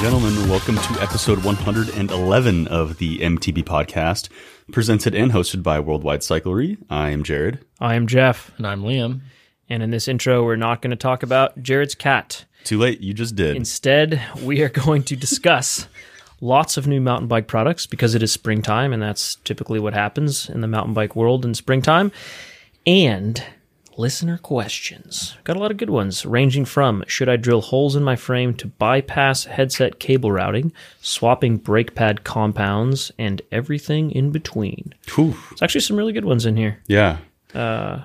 gentlemen, welcome to episode 111 of the MTB podcast, presented and hosted by Worldwide Cyclery. I am Jared. I am Jeff, And I'm Liam. and in this intro, we're not going to talk about Jared's cat. Too late, you just did. Instead, we are going to discuss lots of new mountain bike products because it is springtime, and that's typically what happens in the mountain bike world in springtime. And listener questions. Got a lot of good ones, ranging from should I drill holes in my frame to bypass headset cable routing, swapping brake pad compounds, and everything in between. Whew. There's actually some really good ones in here. Yeah. Yeah.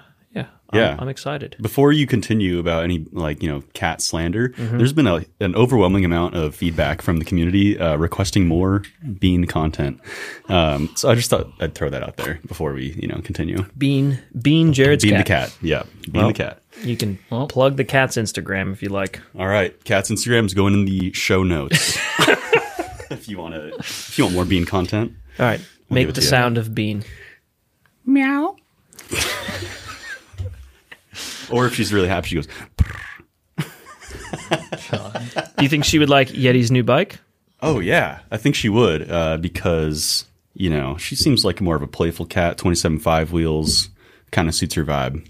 Yeah. I'm, I'm excited. Before you continue about any like you know cat slander, there's been a, an overwhelming amount of feedback from the community uh, requesting more bean content. Um, so I just thought I'd throw that out there before we you know continue. Bean, Bean, Jared's bean cat. the cat, yeah, bean the cat. You can plug the cat's Instagram if you like. All right, cat's Instagram's going in the show notes. if you want to, if you want more bean content, All right, give it make the to you. sound of bean. or if she's really happy, she goes. Do you think she would like Yeti's new bike? Oh yeah, I think she would uh, because you know she seems like more of a playful cat. Twenty-seven five wheels kind of suits her vibe.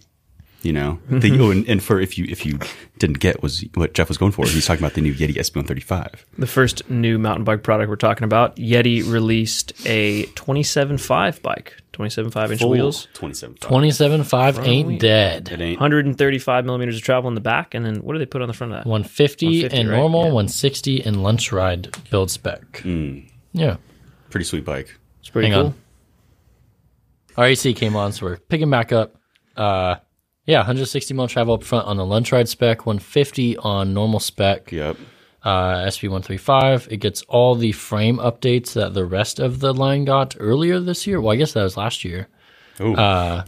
You know, the, Mm-hmm. oh, and, and for if you if you didn't get was what Jeff was going for, he's talking about the new Yeti SB one thirty five. The first new mountain bike product we're talking about, Yeti released a 27.5 bike, 27.5 inch wheels, Oh, twenty-seven five. 27.5 ain't dead. It ain't 135 millimeters of travel in the back, and then what do they put on the front of that? 150, 150, in right? normal, Yeah. 160 in lunch ride build spec. Yeah. pretty sweet bike. It's pretty hang cool. on. Our AC came on, so we're picking back up. Uh, yeah, 160 mile travel up front on the lunch ride spec, 150 on normal spec. Yep. uh, SB135. It gets all the frame updates that the rest of the line got earlier this year. Well, I guess that was last year, Oh, uh,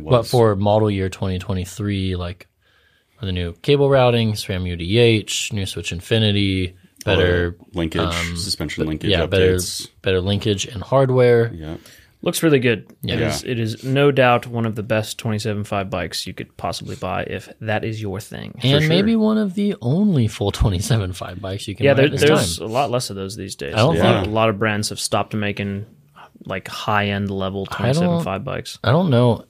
but for model year 2023, like for the new cable routing, SRAM UDH, new switch infinity, better, um, linkage, suspension Oh, linkage yeah, better, updates. better linkage and hardware. Yeah. Looks really good. It, Yeah. is, it is no doubt one of the best 27.5 bikes you could possibly buy if that is your thing. And maybe one of the only full 27.5 bikes you can Yeah, buy there, at this there's time. a lot less of those these days. I don't A lot- think- a lot of brands have stopped making like high end level I don't- 27.5 bikes. I don't know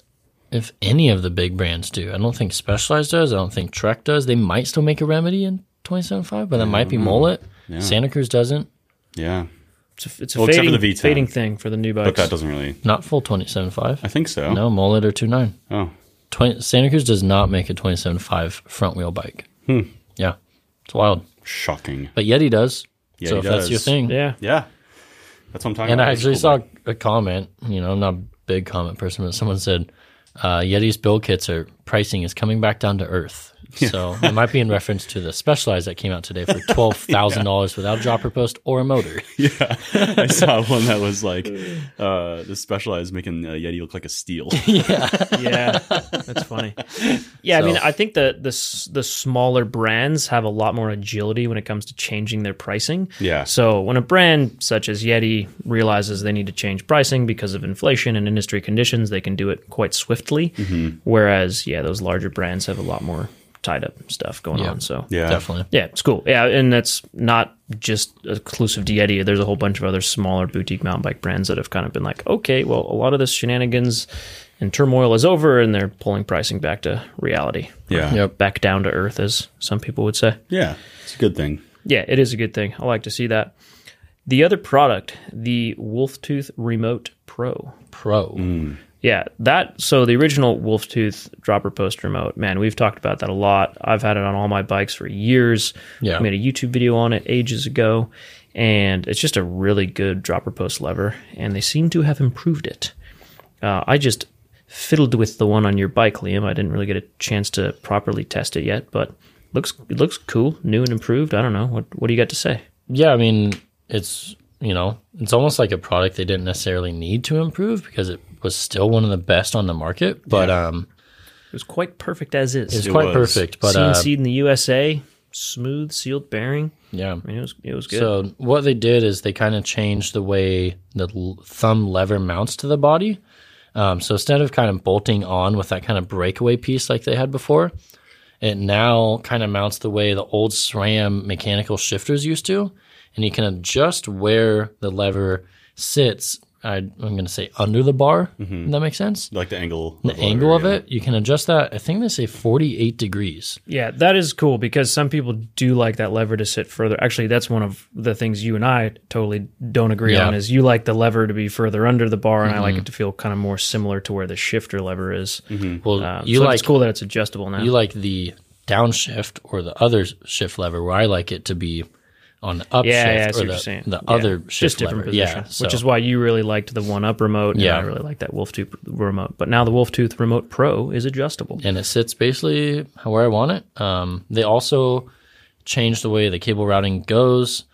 if any of the big brands do. I don't think Specialized does. I don't think Trek does. They might still make a remedy in 27.5, but that might Mm-hmm. be Mullet. Santa Cruz doesn't. Yeah. It's a, it's a Well, except for fading, the V10. fading thing for the new bikes. But that doesn't really. Not full 27.5. I think so. No, Mullet or 2.9. Oh, 20, Santa Cruz does not make a 27.5 front wheel bike. Hmm. Yeah. It's wild. shocking. But Yeti does. Yeti so if does. that's your thing. yeah. Yeah. That's what I'm talking And about. I It's actually cool saw bike. a comment, you know, I'm not a big comment person, but someone said, uh, Yeti's build kits are pricing is coming back down to earth. So it might be in reference to the specialized that came out today for twelve thousand dollars without a dropper post or a motor. I saw one that was like uh, the specialized making uh, Yeti look like a steel. yeah, that's funny. Yeah, I mean, I think the the s- the smaller brands have a lot more agility when it comes to changing their pricing. Yeah. So when a brand such as Yeti realizes they need to change pricing because of inflation and industry conditions, they can do it quite swiftly. Mm-hmm. Whereas, yeah, those larger brands have a lot more tied up stuff going on. So yeah. Definitely. Yeah, it's cool. Yeah, and that's not just exclusive to Yeti. There's a whole bunch of other smaller boutique mountain bike brands that have kind of been like, okay, well, a lot of this shenanigans and turmoil is over, and they're pulling pricing back to reality. Yeah. Yep. Back down to earth, as some people would say. Yeah. It's a good thing. Yeah, it is a good thing. I like to see that. The other product, the Wolftooth Remote Pro. Pro. Mm-hmm. Yeah, that so the original Wolftooth dropper post remote, man, we've talked about that a lot. I've had it on all my bikes for years. Yeah. I made a YouTube video on it ages ago, and it's just a really good dropper post lever, and they seem to have improved it. Uh, I just fiddled with the one on your bike, Liam. I didn't really get a chance to properly test it yet, but looks it looks cool, new and improved. I don't know. What what do you got to say? Yeah, I mean, it's you know, it's almost like a product they didn't necessarily need to improve because it was still one of the best on the market. But um It was quite perfect as is. it's It quite was. perfect. But uh, CNC in the USA, smooth sealed bearing. yeah. I mean, it was it was good. So what they did is they kind of changed the way the l- thumb lever mounts to the body. Um, so instead of kind of bolting on with that kind of breakaway piece like they had before, it now kind of mounts the way the old SRAM mechanical shifters used to. and you can adjust where the lever sits. I, I'm going to say under the bar. Mm-hmm. If that makes sense. like the angle, The whatever, angle of yeah. it, you can adjust that. I think they say 48 degrees. Yeah, that is cool because some people do like that lever to sit further. Actually, that's one of the things you and I totally don't agree Yeah. Mm-hmm. on is you like the lever to be further under the bar and I like it to feel kind of more similar to where the shifter lever is. Well, Um, Mm-hmm. you so like it's cool that it's adjustable now. you like the downshift or the other shift lever, where I like it to be on the upshift yeah, yeah, I see or what you're the, saying. the Yeah. other shift just different lever. position, yeah, which is why you really liked the one up remote. Yeah, Yeah. I really like that Wolf Tooth remote. But now the Wolf Tooth remote Pro is adjustable. and it sits basically where I want it. Um, they also changed the way the cable routing goes,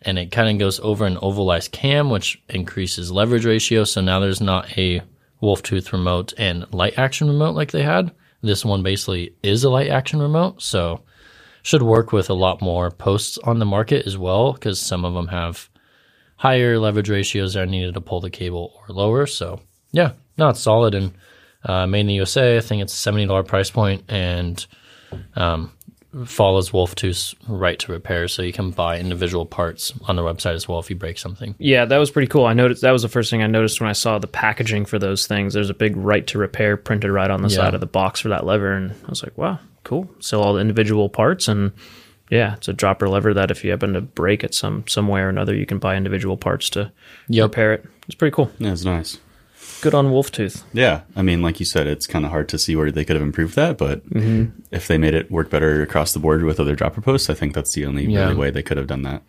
and it kind of goes over an ovalized cam, which increases leverage ratio. So now there's not a wolf tooth remote and light action remote like they had. This one basically is a light action remote, so should work with a lot more posts on the market as well, because some of them have higher leverage ratios that are needed to pull the cable or lower. So yeah, no, it's solid and uh, made in the USA. I think it's a seventy dollar price point and um, follows Wolf Tooth's right to repair, so you can buy individual parts on their website as well if you break something. Yeah, that was pretty cool. I noticed that was the first thing I noticed when I saw the packaging for those things. There's a big right to repair printed right on the Yeah. side of the box for that lever, and I was like, wow, cool. Sell all the individual parts, and yeah, it's a dropper lever that if you happen to break it some some way or another, you can buy individual parts to Yep. repair it. It's pretty cool. Yeah, it's nice. Good on Wolf Tooth. Yeah, I mean, like you said, it's kind of hard to see where they could have improved that, but Mm-hmm. if they made it work better across the board with other dropper posts, I think that's the only Yeah. really way they could have done that.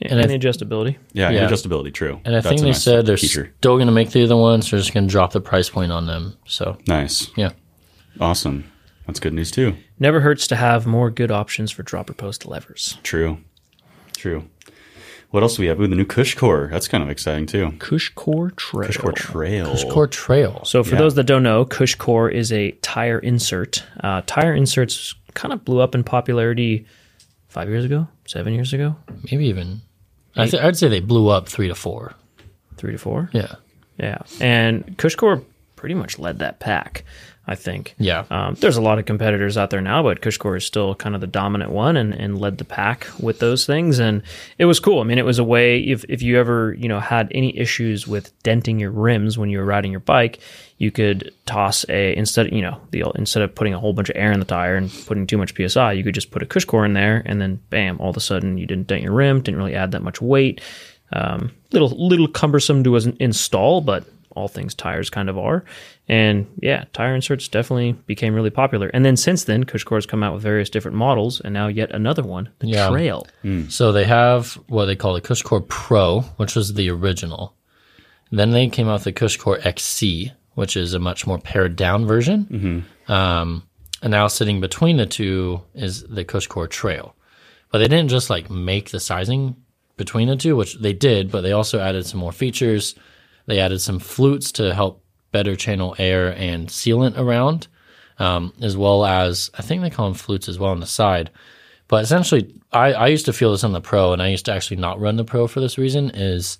Yeah, And and, I adjustability. Yeah, and Yeah. adjustability, true. And I That's think a they nice said they're feature. still going to make the other ones. They're just going to drop the price point on them. So nice, yeah, awesome. That's good news too. Never hurts to have more good options for dropper post levers. True, true. What else do we have? Ooh, the new Cush Core. That's kind of exciting too. Cushcore Trail. Cush Core Trail. Core Trail. So, for Yeah. those that don't know, Cushcore is a tire insert. Uh, tire inserts kind of blew up in popularity five years ago, seven years ago, maybe even. I th- I'd say they blew up three to four. three to four. Yeah. Yeah. And Cushcore pretty much led that pack, I think. Yeah. Um, there's a lot of competitors out there now, but Cushcore is still kind of the dominant one and, and led the pack with those things. And it was cool. I mean, it was a way if, if you ever, you know, had any issues with denting your rims when you were riding your bike, you could toss a instead, you know, the instead of putting a whole bunch of air in the tire and putting too much PSI, you could just put a Cushcore in there and then bam, all of a sudden you didn't dent your rim, didn't really add that much weight. Um, little little cumbersome to in- install, but all things tires kind of are. And yeah, tire inserts definitely became really popular. And then since then, Cushcore's come out with various different models, and now yet another one, the Yeah. Trail. So they have what they call the Cushcore Pro, which was the original. Then they came out with the Cushcore XC, which is a much more pared down version. Um, and now sitting between the two is the Cushcore Trail. But they didn't just like make the sizing between the two, which they did, but they also added some more features. They added some flutes to help better channel air and sealant around, um, as well as I think they call them flutes as well on the side. But essentially, I, I used to feel this on the pro, and I used to actually not run the pro for this reason. Is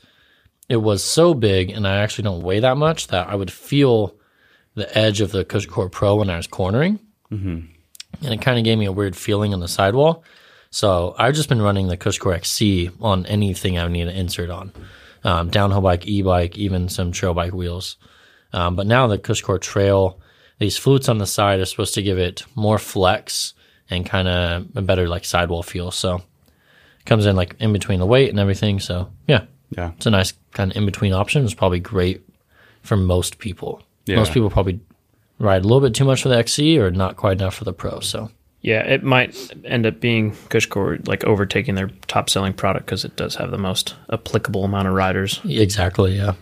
it was so big, and I actually don't weigh that much that I would feel the edge of the Cushcore Pro when I was cornering, and it kind of gave me a weird feeling on the sidewall. So I've just been running the Cushcore XC on anything I need to insert on, um, downhill bike, e-bike, even some trail bike wheels. Um, but now the Cushcore Trail, these flutes on the side are supposed to give it more flex and kind of a better like sidewall feel. So it comes in like in between the weight and everything. So yeah, Yeah, it's a nice kind of in between option. It's probably great for most people. Yeah. Most people probably ride a little bit too much for the XC or not quite enough for the Pro. So Yeah, it might end up being Cushcore like overtaking their top selling product because it does have the most applicable amount of riders. exactly, yeah.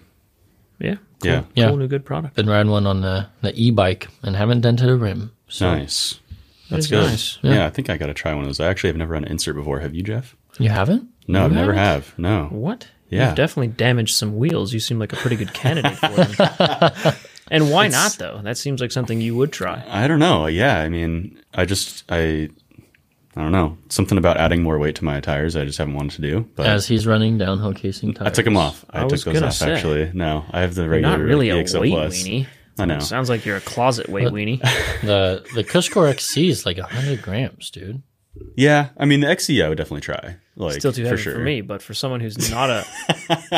Yeah. yeah, Yeah. Cool new good product. Been riding one on the the e bike and haven't dented a rim. So nice. That's is good. nice. Yeah. I think I got to try one of those. I actually have never run an insert before. Have you, Jeff? you haven't? No, I've never have. No. What? Yeah. You've definitely damaged some wheels. You seem like a pretty good candidate for them. and why not though? That seems like something you would try. I don't know. Yeah, I mean, I just I I don't know. Something about adding more weight to my tires. I just haven't wanted to do. But As he's running downhill casing tires. I took them off. I, I was took those gonna off say. actually. No, I have the You're regular not really a weight EXL Plus. weenie. I know. Sounds like you're a closet weight weenie. The the Cushcore XC is like hundred grams, dude. Yeah, E I mean the XE I would definitely try. Like Still too heavy for, sure. me, but for someone who's not a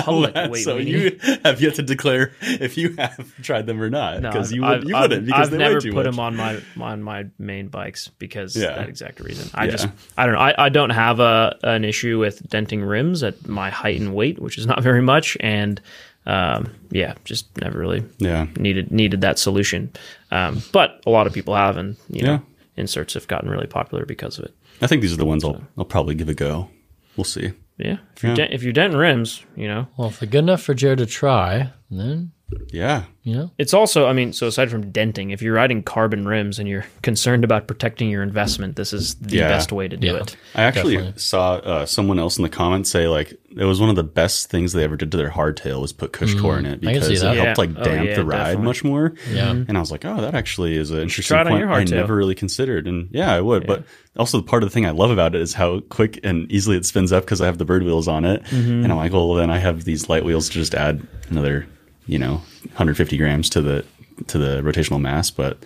public Well, weight so weenie, you have yet to declare if you have tried them or not No, because I've- you, would, I've- you wouldn't I've- because I've they never weigh too put much. them on my on my main bikes because Yeah. that exact reason. I Yeah. just I don't know. I, I don't have a an issue with denting rims at my height and weight, which is not very much, and um, yeah, just never really Yeah. needed needed that solution. Um, but a lot of people have, and you Yeah. know, inserts have gotten really popular because of it. I think these are the ones I'll, I'll probably give a go. We'll see. Yeah, if you're Yeah. dent- if you're denting rims, you know, Well, if they're good enough for Jared to try, then Yeah. you know. It's also, I mean, so aside from denting, if you're riding carbon rims and you're concerned about protecting your investment, this is the Yeah. best way to do Yeah. it. I actually Definitely. saw uh, someone else in the comments say like it was one of the best things they ever did to their hardtail was put Cushcore in it Mm, I can because see it that. helped Yeah. like Oh, damp yeah, the ride definitely. Mm-hmm. much more. Yeah. And I was like, oh, that actually is an interesting try it on point your I hardtail. never really considered. And yeah, I would. But also, the part of the thing I love about it is how quick and easily it spins up because I have the bird wheels on it. Mm-hmm. And I'm like, well, then I have these light wheels to just add another, you know, 150 grams to the to the rotational mass. But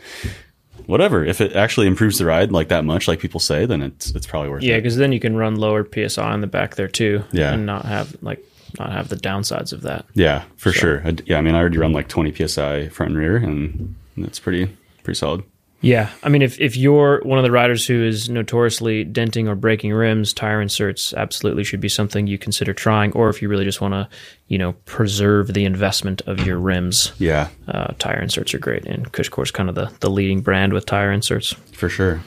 whatever, if it actually improves the ride like that much, like people say, then it's it's probably worth Yeah, it. because then you can run lower PSI on the back there too, Yeah. and not have like not have the downsides of that. Yeah, for sure. I d yeah, I mean, I already run like 20 psi front and rear, and that's pretty pretty solid. Yeah, I mean, if if you're one of the riders who is notoriously denting or breaking rims, tire inserts absolutely should be something you consider trying. Or if you really just want to, you know, preserve the investment of your rims, Yeah, uh, tire inserts are great. And Cushcore is kind of the the leading brand with tire inserts. for sure.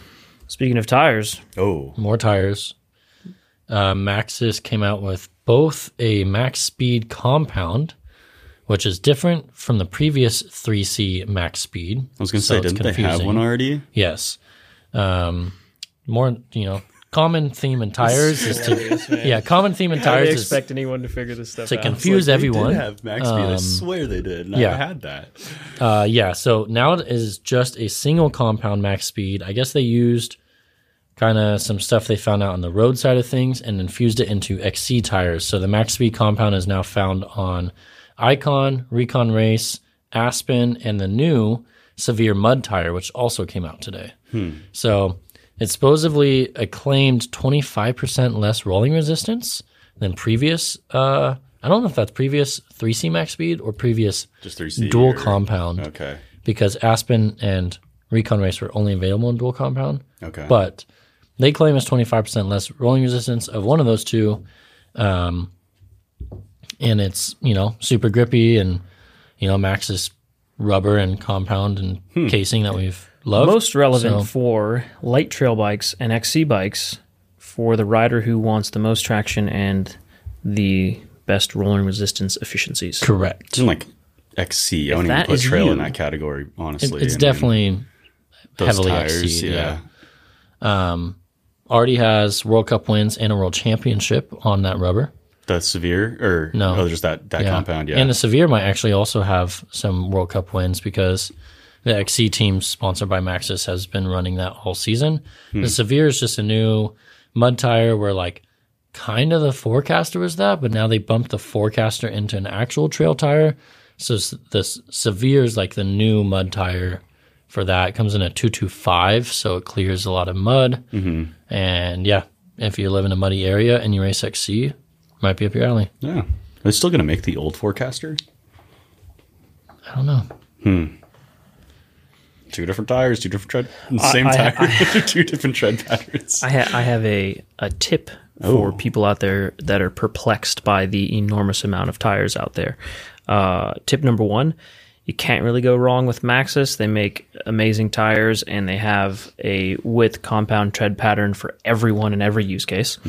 Speaking of tires, Oh, more tires. Uh, Maxxis came out with both a max speed compound, which is different from the previous 3C max speed. I was gonna say, didn't they have one already? Yes. Um, more, you know, common theme in tires is to, yeah, common theme in tires is to anyone to figure this stuff confuse everyone. Max I swear they did. And Um, yeah. had that. Uh, yeah, so now it is just a single compound max speed. I guess they used kind of some stuff they found out on the road side of things and infused it into XC tires. So the max speed compound is now found on Icon, Recon Race, Aspen, and the new Severe Mud tire, which also came out today. So it's supposedly a claimed 25% less rolling resistance than previous. Uh, I don't know if that's previous 3C max speed or previous Just three C dual or- compound Okay. because Aspen and Recon Race were only available in dual compound, Okay. but they claim it's 25% less rolling resistance of one of those two. Um, and it's, you know, super grippy and, you know, Max is rubber and compound and Hmm. casing that we've loved. Most relevant for light trail bikes and XC bikes for the rider who wants the most traction and the best rolling resistance efficiencies. correct. it's in like XC. I don't even that put is trail in you- that category. It- Honestly, it's I mean, definitely those heavily tires, XC, yeah. already has World Cup wins and a world championship on that rubber. The severe or No. Oh, there's that that compound. Yeah. And the Severe might actually also have some World Cup wins because the XC team sponsored by Maxis has been running that all season. Hmm. The Severe is just a new mud tire where like kind of the forecaster was that, but now they bumped the forecaster into an actual trail tire. So s- the S- Severe is like the new mud tire for that. It comes in a 225, so it clears a lot of mud. Mm-hmm. And yeah, if you live in a muddy area and you race XC, might be up your alley. yeah. Are they still gonna make the old forecaster? I don't know. Two different tires, two different tread, I- same I- tire, two different tread patterns. I, ha- I have a, a tip for Oh. people out there that are perplexed by the enormous amount of tires out there. Uh, tip number one you can't really go wrong with Maxxis. They make amazing tires and they have a width compound tread pattern for everyone in every use case.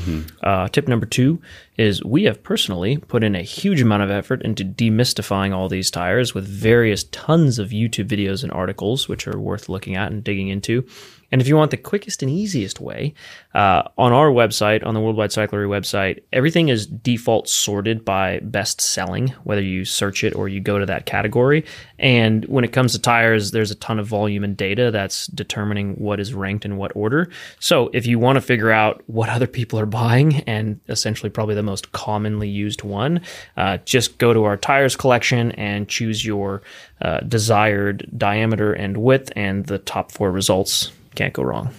Uh, tip number two is we have personally put in a huge amount of effort into demystifying all these tires with various tons of YouTube videos and articles, which are worth looking at and digging into. And if you want the quickest and easiest way, uh, on our website, on the Worldwide Cyclery website, everything is default sorted by best selling, whether you search it or you go to that category. And when it comes to tires, there's a ton of volume and data that's determining what is ranked in what order. So if you want to figure out what other people are buying and essentially probably the most commonly used one, uh, just go to our tires collection and choose your uh, desired diameter and width, and the top four results can't go wrong.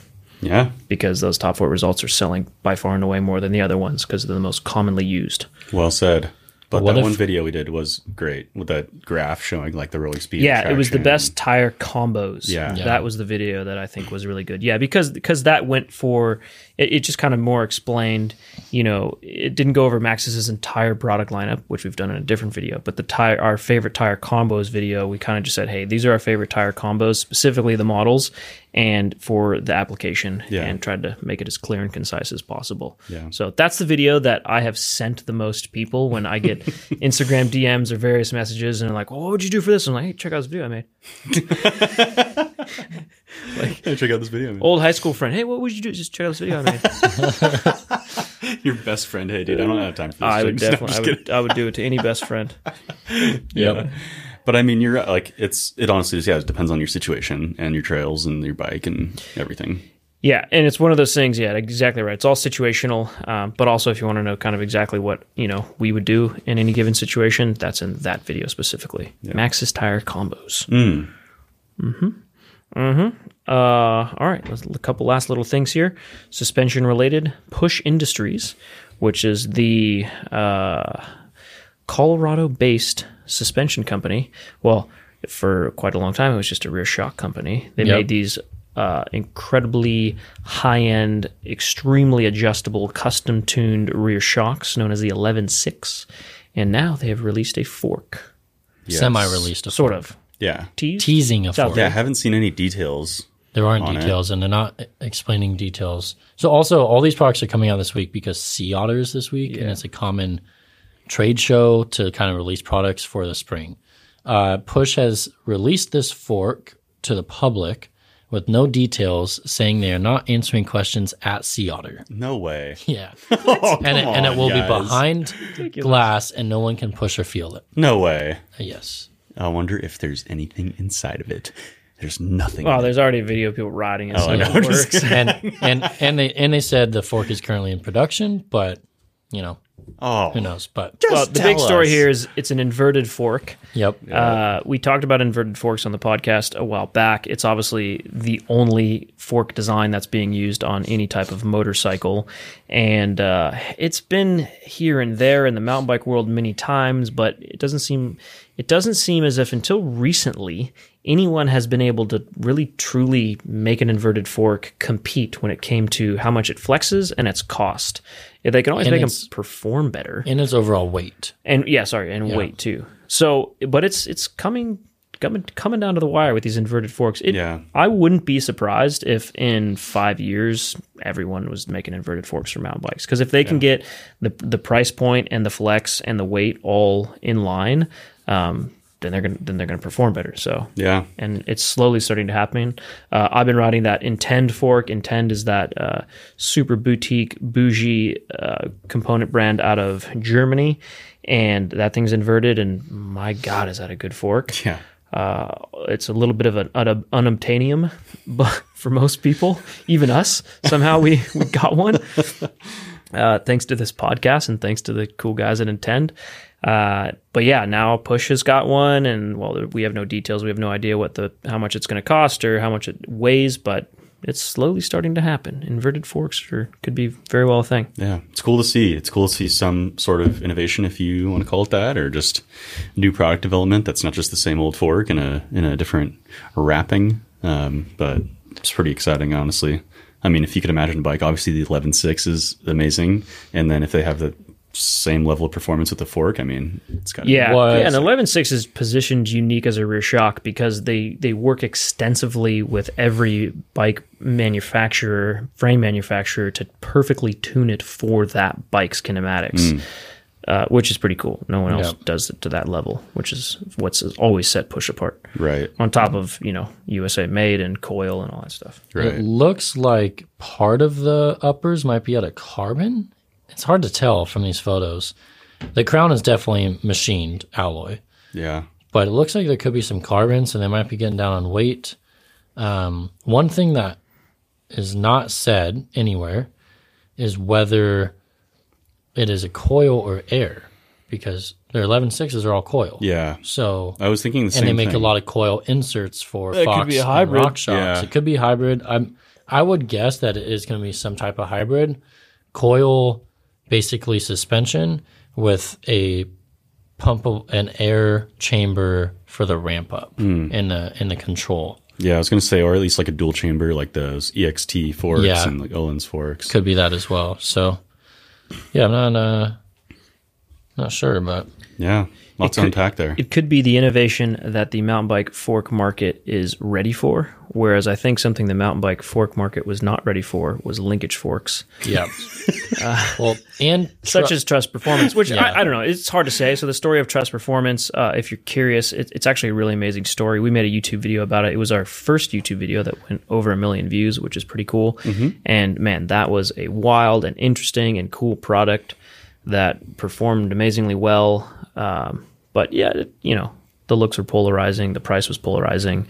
Yeah. because those top four results are selling by far and away more than the other ones because they're the most commonly used. Well said. But What that if- one video we did was great with that graph showing like the rolling speed. of yeah, it was the traction. best tire combos. Yeah. Yeah. that was the video that I think was really good. Yeah, because because that went for it, it just kind of more explained. You know, it didn't go over Maxxis's entire product lineup, which we've done in a different video. But the tire, our favorite tire combos video, we kind of just said, hey, these are our favorite tire combos, specifically the models, and for the application, Yeah. and tried to make it as clear and concise as possible. Yeah. So that's the video that I have sent the most people when I get Instagram DMs or various messages and they're like, well, what would you do for this? I'm like, hey, check out this video I made. Hey, check out this video. man. Old high school friend, hey, what would you do? Just check out this video I made. Your best friend. Hey, dude, I don't have time for this. I would shit. No, I'm definitely, just I kidding. would, I would do it to any best friend. Yep. But I mean, you're right. like, it's, it honestly just, yeah, it depends on your situation and your trails and your bike and everything. Yeah, and it's one of those things. Yeah, exactly right. It's all situational, um, but also if you want to know kind of exactly what you know we would do in any given situation, that's in that video specifically. Max's tire combos. Mm. Hmm. Hmm. Uh, all right. Let's, a couple last little things here. Suspension related. Push Industries, which is the uh, Colorado-based suspension company. Well, for quite a long time, it was just a rear shock company. They Yep. made these uh, incredibly high-end, extremely adjustable, custom-tuned rear shocks known as the 11.6, and now they have released a fork, Yes. Semi released a sort of. Yeah. Tease? teasing a It's out fork. Yeah. I haven't seen any details. There aren't it. details, and they're not e-, explaining details. So also, all these products are coming out this week because Sea Otter is this week, and it's a common trade show to kind of release products for the spring. Uh, Push has released this fork to the public with no details, saying they are not answering questions at Sea Otter. No way. Yeah, and, it, and it will be Oh, guys. behind glass, and no one can push or feel it. No way. Yes. I wonder if there's anything inside of it. There's nothing. Oh, in it. there's already a video of people riding it. so Oh, I know. it Just works. and and and they and they said the fork is currently in production, but you know oh. who knows. But well, Just the big tell story us. here is it's an inverted fork. yep, Uh, we talked about inverted forks on the podcast a while back. It's obviously the only fork design that's being used on any type of motorcycle, and uh, it's been here and there in the mountain bike world many times. But it doesn't seem it doesn't seem as if until recently anyone has been able to really truly make an inverted fork compete when it came to how much it flexes and its cost. They can always And make it's- them perform better in its overall weight. and yeah, sorry, and weight too. So, but it's it's coming coming coming down to the wire with these inverted forks. It, Yeah. I wouldn't be surprised if in five years everyone was making inverted forks for mountain bikes because if they can get the the price point and the flex and the weight all in line, um, then they're gonna then they're gonna perform better. So Yeah. and it's slowly starting to happen. Uh, I've been riding that Intend fork. Intend is that uh, super boutique, bougie uh, component brand out of Germany, and that thing's inverted. And my God, is that a good fork? Yeah. Uh, it's a little bit of an un- unobtainium, but for most people, even us, somehow we, we got one. Uh, thanks to this podcast and thanks to the cool guys at Intend. Uh, but yeah, now Push has got one, and well, we have no details. We have no idea what the how much it's going to cost or how much it weighs, but it's slowly starting to happen. Inverted forks are, could be very well a thing. Yeah, it's cool to see. It's cool to see some sort of innovation, if you want to call it that, or just new product development that's not just the same old fork in a in a different wrapping. Um, but it's pretty exciting, honestly. I mean, if you could imagine a bike, obviously the 11.6 is amazing, and then if they have the same level of performance with the fork, I mean, it's got Yeah, was- yeah and eleven six is positioned unique as a rear shock because they they work extensively with every bike manufacturer, frame manufacturer to perfectly tune it for that bike's kinematics. Uh, which is pretty cool. No one else Yeah. does it to that level, which is what's always set push apart. right, On top of you know USA made and coil and all that stuff. right. It looks like part of the uppers might be out of carbon. It's hard to tell from these photos. The crown is definitely machined alloy, yeah, but it looks like there could be some carbon, so they might be getting down on weight. Um, one thing that is not said anywhere is whether it is a coil or air, because their 11.6s are all coil. yeah. So I was thinking the same. and they make thing. a lot of coil inserts for It could Fox be a and hybrid. Rock shocks. Yeah. It could be hybrid. I'm I would guess that it is going to be some type of hybrid coil, basically suspension with a pump of an air chamber for the ramp up Hmm. in the in the control. Yeah, I was gonna say, or at least like a dual chamber, like those EXT forks Yeah. and like Olin's forks. Could be that as well. So yeah, I'm not uh not sure, but Yeah, lots to could- unpack there. It could be the innovation that the mountain bike fork market is ready for, whereas I think something the mountain bike fork market was not ready for was linkage forks, yeah. well, and such as Trust Performance, which Yeah. I, I don't know. It's hard to say. So the story of Trust Performance, uh, if you're curious, it, it's actually a really amazing story. We made a YouTube video about it. It was our first YouTube video that went over a million views, which is pretty cool. And man, that was a wild and interesting and cool product that performed amazingly well. Um, but yeah, it- you know, the looks were polarizing, the price was polarizing.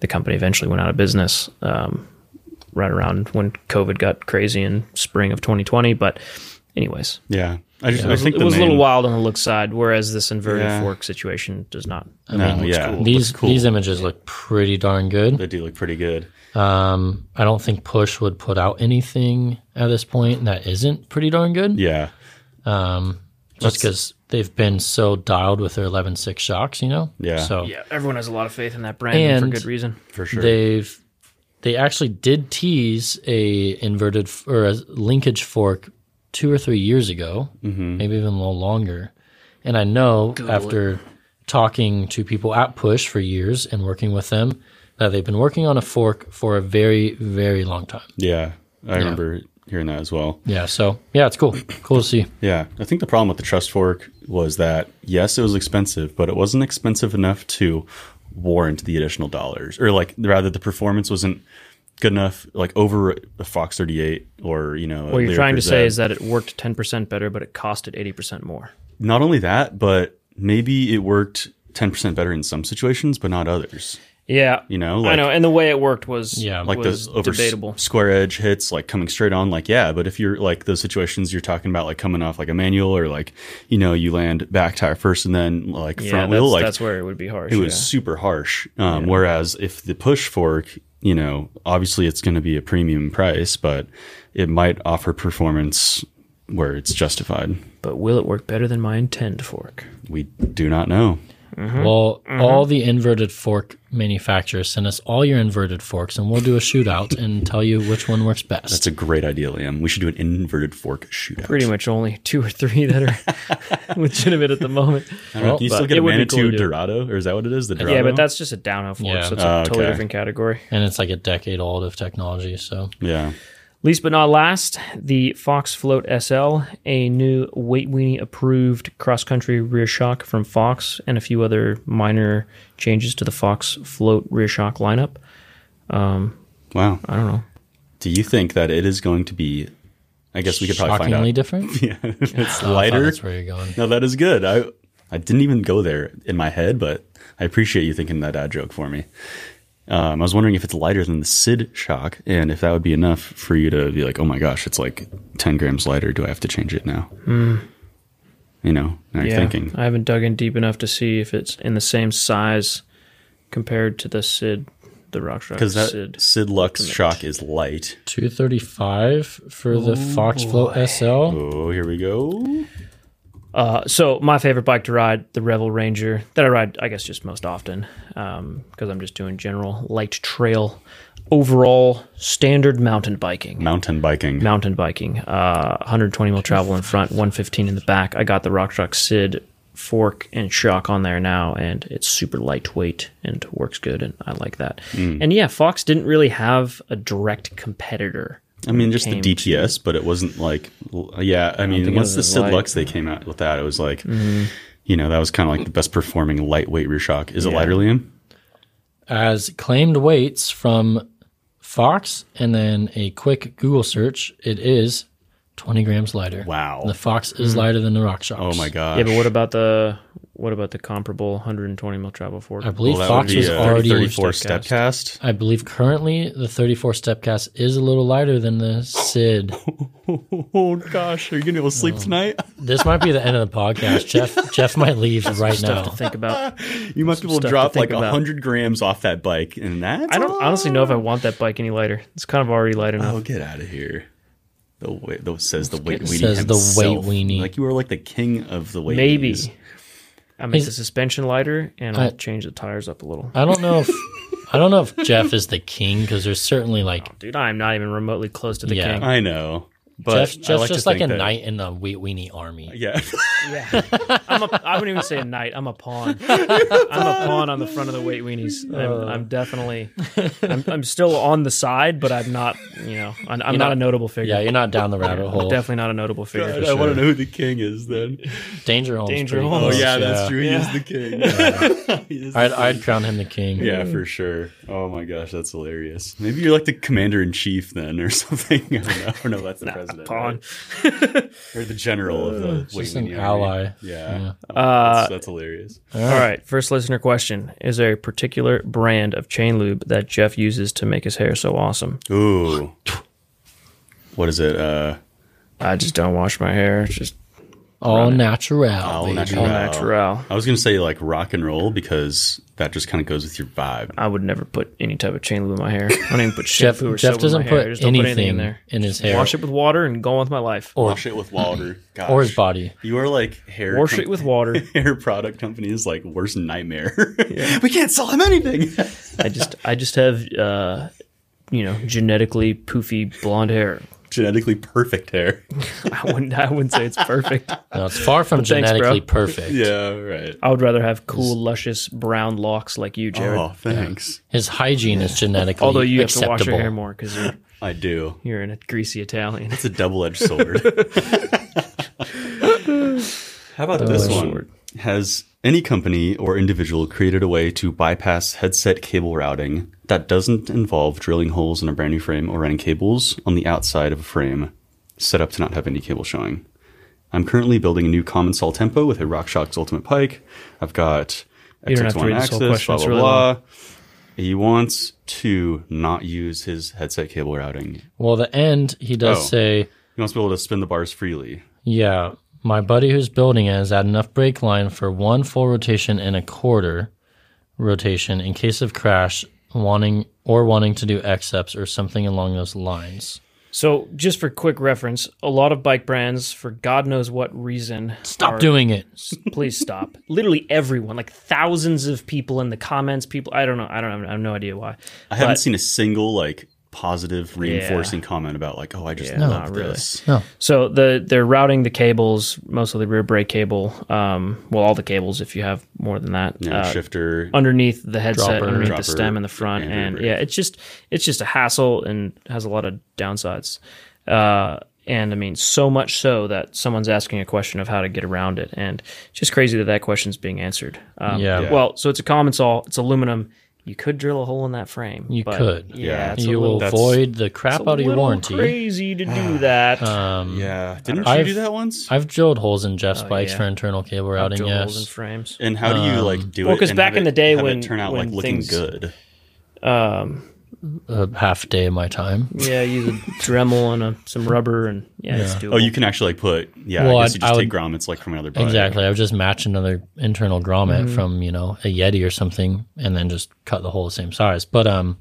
The company eventually went out of business um, right around when COVID got crazy in spring of 2020. But, anyways, yeah, I just I it was, think it the was a main- little wild on the look side, whereas this inverted Yeah. fork situation does not. I No, mean, yeah, looks these cool. these images look pretty darn good. They do look pretty good. Um, I don't think Push would put out anything at this point that isn't pretty darn good. Yeah, Um, just because they've been so dialed with their 11.6 shocks, you know. Yeah. So Yeah, everyone has a lot of faith in that brand and for for And- good good reason. for sure. they've they actually did tease a inverted f- or a linkage fork two or three years ago, Mm-hmm. maybe even a little longer. And I know after talking to people at Push for years and working with them that they've been working on a fork for a very very long time. yeah, I remember hearing that as well. Yeah. So yeah, it's cool. Cool to see. Yeah, I think the problem with the trust fork was that yes, it was expensive, but it wasn't expensive enough to warrant the additional dollars, or like rather the performance wasn't good enough, like over a Fox 38 or you know. What you're trying to say is that it worked 10% better, but it costed 80% more. not only that, but maybe it worked 10% better in some situations, but not others. Yeah, You know, I like- know, and the way it worked was Yeah, Like like was those over s- debatable. square edge hits, like coming straight on, like yeah. But if you're like those situations you're talking about, like coming off like a manual or like you know you land back tire first and then like yeah, front that's, wheel, like that's where it would be harsh. it was super harsh. Um, Whereas if the push fork, you know, obviously it's going to be a premium price, but it might offer performance where it's justified. yeah. But will it work better than my intend fork? We do not know. Mm-hmm. Well, all the inverted fork manufacturers send us all your inverted forks, and we'll do a shootout and tell you which one works best. That's a great idea, Liam. We should do an inverted fork shootout. Pretty much only two or three that are legitimate at the moment. I don't know, do you still but get it a would be cool Manitou to do. Dorado, or is that what it is? The Dorado? Yeah, but that's just a downhill fork, Yeah. so it's a Oh, totally okay. different category. and it's like a decade old of technology. So yeah, Least but not last, the Fox Float SL, a new Weight Weenie approved cross country rear shock from Fox, and a few other minor changes to the Fox Float rear shock lineup. wow. I don't know. Do you think that it is going to be? I guess we could probably find shockingly out. different. Yeah, if it's Oh, I thought lighter. That's where you're going. No, that is good. I I didn't even go there in my head, but I appreciate you thinking that dad joke for me. Um, I was wondering if it's lighter than the Sid shock, and if that would be enough for you to be like, "Oh my gosh, it's like ten grams lighter. Do I have to change it now?" You know, now you're thinking. I haven't dug in deep enough to see if it's in the same size compared to the Sid, the Rock Shock Because that Sid. Sid, Lux shock is light. 235 for the Fox Float SL. Oh, here we go. Uh, so my favorite bike to ride, the Revel Ranger, that I ride, I guess, just most often because I'm just doing general light trail, overall standard mountain biking. Mountain biking. mountain biking. Uh, 120 mil travel in front, 115 in the back. I got the Rock Shock Sid fork and shock on there now, and it's super lightweight and works good, and I like that. Hmm. And yeah, Fox didn't really have a direct competitor. I mean, just the came DTS, but it wasn't like, l- yeah. I mean, think it once the was Sid light. Lux they came out with that, it was like, you know, that was kind of like the best performing lightweight rear shock. Is it lighter, Liam? As claimed weights from Fox and then a quick Google search, it is 20 grams lighter. Wow. Mm. The Fox is lighter than the Rock Shocks. Oh my gosh. Yeah, but what about the What about the comparable 120 mil travel fork? I believe that Fox would be was a already. 34 step step cast. I believe currently the 34 step cast is a little lighter than the Sid. Oh gosh, are you gonna be able to sleep tonight? This might be the end of the podcast. Jeff Jeff might leave right Stuff to now. think about. You must be able to stuff to drop think like about. hundred grams off that bike, and that's I don't all. honestly know if I want that bike any lighter. It's kind of already light enough. Oh, get out of here. The weight, the, says the weight get- weenie. says the weight himself. weenie. Like you are like the king of the weight. Maybe. weenies. I make Is- the suspension lighter and I- I'll change the tires up a little. I don't know if I don't know if Jeff is the king because there's certainly like Dude, I'm not even remotely close to the Yeah. king. I know, but I Jeff's Jeff's like to just like a think that- knight in the wheat weenie Uh, army. Yeah, I'm a, I wouldn't even say a knight. I'm a pawn. I'm a pawn on the front of the weight weenies. I'm, I'm definitely, I'm, I'm still on the side, but I'm not, you know, I'm, I'm not not- a notable figure. Yeah, you're not down the rabbit I'm hole. definitely not a notable figure. I want to know who the king is then. Danger Holmes. Danger Holmes. Oh Close, yeah, that's true. He is the king. Yeah. He is the I'd, I'd crown him the king. Yeah, for sure. Oh my gosh, that's hilarious. Maybe you're like the commander in chief then, or something. I don't know. Or no, that's the president. Uh, Pawn. right? Or the general of the. Wait, just an Union ally. Army. Yeah, Yeah. Oh, that's, that's hilarious. All right. First listener question Is there a particular brand of chain lube that Jeff uses to make his hair so awesome? Ooh, what is it? Uh, I just don't wash my hair. It's just All natural. All natural. all natural. I was gonna say like rock and roll because that just kind of goes with your vibe. I would never put any type of chain lube in my hair. I don't even put Jeff, shampoo or Jeff soap doesn't in my hair. put I just don't anything, put anything in there. his hair Wash it with water and go on with my life. Or, Wash it with water. Gosh. or his body. You are like hair. Wash com- it with water. hair product company's like worst nightmare. we can't sell him anything. I just I just have uh, you know genetically poofy blonde hair. Genetically perfect hair. I wouldn't I wouldn't say it's perfect. No, it's far from thanks, bro. genetically perfect. Yeah, right. I would rather have cool luscious brown locks like you, Jared. Oh, thanks. His hygiene is genetically Although you have acceptable. to wash your hair more because you're I do. you're in a greasy Italian. It's a double edged sword. How about this one? Has any company or individual created a way to bypass headset cable routing that doesn't involve drilling holes in a brand new frame or running cables on the outside of a frame set up to not have any cable showing? I'm currently building a new common sol tempo with a RockShox Ultimate Pike. I've got You don't have to XX1 read this axis, whole blah, question. blah, It's really blah. He wants to not use his headset cable routing. Well, the end, he does Oh. say, He wants to be able to spin the bars freely. yeah, my buddy who's building it has had enough brake line for one full rotation and a quarter rotation in case of crash wanting or wanting to do X-ups or something along those lines. So just for quick reference, a lot of bike brands, for God knows what reason, Stop are- doing it. please stop. Literally everyone, like thousands of people in the comments, people. I don't know. I don't. Have, I have no idea why. I haven't But- seen a single like positive reinforcing comment about like, oh, I just love not really. this. No. So the they're routing the cables, mostly the rear brake cable. Um, well, all the cables if you have more than that. You know, uh, shifter. underneath the headset, Dropper. underneath Dropper the stem in the front, and rear and, brake. yeah, it's just it's just a hassle and has a lot of downsides. Uh, and I mean, so much so that someone's asking a question of how to get around it, and it's just crazy that that question's being answered. Um, Yeah. Yeah. Well, so it's a common saw. It's aluminum. You could drill a hole in that frame. You but could. Yeah. Yeah. It's a You little, will void the crap it's a out of your little warranty. Crazy to do that. Uh, Um, yeah, didn't you I've- do that once? I've drilled holes in Jeff's bikes Oh, yeah. for internal cable routing. Drill holes in yes, frames. and how do you like do Um, well, it? 'cause and back have in the it- day have it when- turn out when like looking things- good. a half day of my time. Yeah, use a Dremel and a, some rubber, and yeah, it's doable. Oh, you can actually like put yeah. Well, I guess you I'd- just I take grommets like from another bike. Exactly. I would just match another internal grommet from you know a Yeti or something, and then just cut the hole the same size. But um,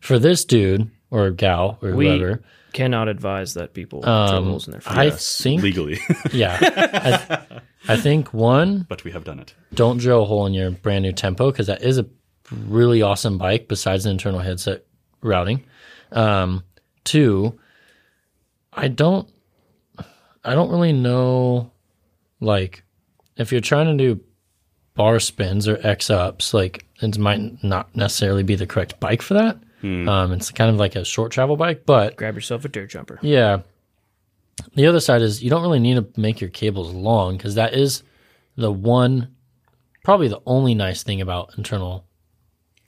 for this dude or gal or we whoever, cannot advise that people drill holes in their frames. Um, I think legally, yeah, I, I think one but we have done it. don't drill a hole in your brand new tempo because that is a really awesome bike besides the internal headset routing um, two i don't i don't really know like if you're trying to do bar spins or x ups like it might not necessarily be the correct bike for that um, it's kind of like a short travel bike but Grab yourself a dirt jumper. yeah. The other side is you don't really need to make your cables long because that is the one, probably the only nice thing about internal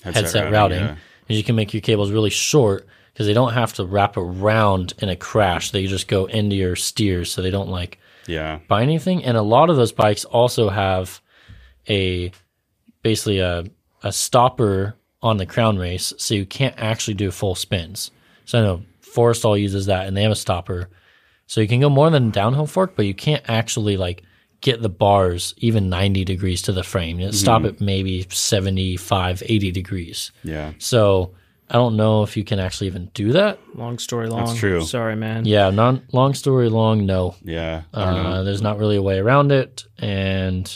headset, routing, yeah. is you can make your cables really short because they don't have to wrap around in a crash. They just go into your steers so they don't like Yeah. buy anything. And a lot of those bikes also have a basically a a stopper on the crown race, so you can't actually do full spins. So I know Forestall uses that, and they have a stopper, so you can go more than a downhill fork, but you can't actually like get the bars even 90 degrees to the frame. You Stop Mm-hmm. at maybe 75, 80 degrees. Yeah. So I don't know if you can actually even do that. Long story long. true. Sorry, man. Yeah, non long story long, no. Yeah. I don't know. Uh, there's not really a way around it, and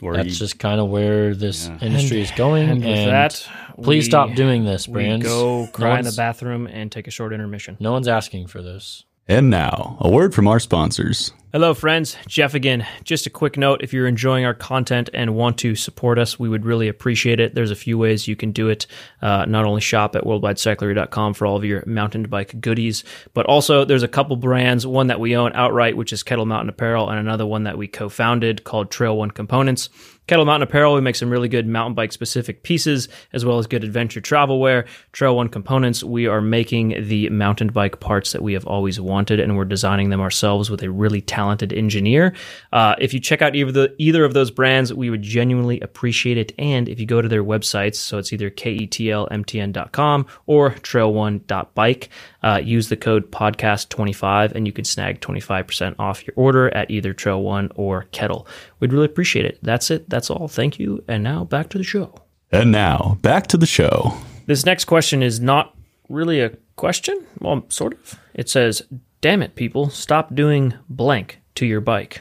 Or that's you- just kind of where this industry is going. And And, with that, please we- stop doing this, brands. We go no cry in the one's- bathroom and take a short intermission. No one's asking for this. And now, a word from our sponsors. Hello, friends. Jeff again. Just a quick note if you're enjoying our content and want to support us, we would really appreciate it. There's a few ways you can do it. Uh, not only shop at worldwidecyclery.com for all of your mountain bike goodies, but also there's a couple brands one that we own outright, which is Kettle Mountain Apparel, and another one that we co founded called Trail One Components. Kettle Mountain Apparel, we make some really good mountain bike specific pieces as well as good adventure travel wear. Trail One Components, we are making the mountain bike parts that we have always wanted and we're designing them ourselves with a really talented engineer. Uh, if you check out either, the, either of those brands, we would genuinely appreciate it. And if you go to their websites, so it's either E ketlmtn.com or trail1.bike, uh, use the code podcast25 and you can snag 25% off your order at either Trail One or Kettle. We'd really appreciate it. That's it. That's all. Thank you. And now back to the show. And now, back to the show. This next question is not really a question. Well, sort of. It says, Damn it, people, stop doing blank to your bike.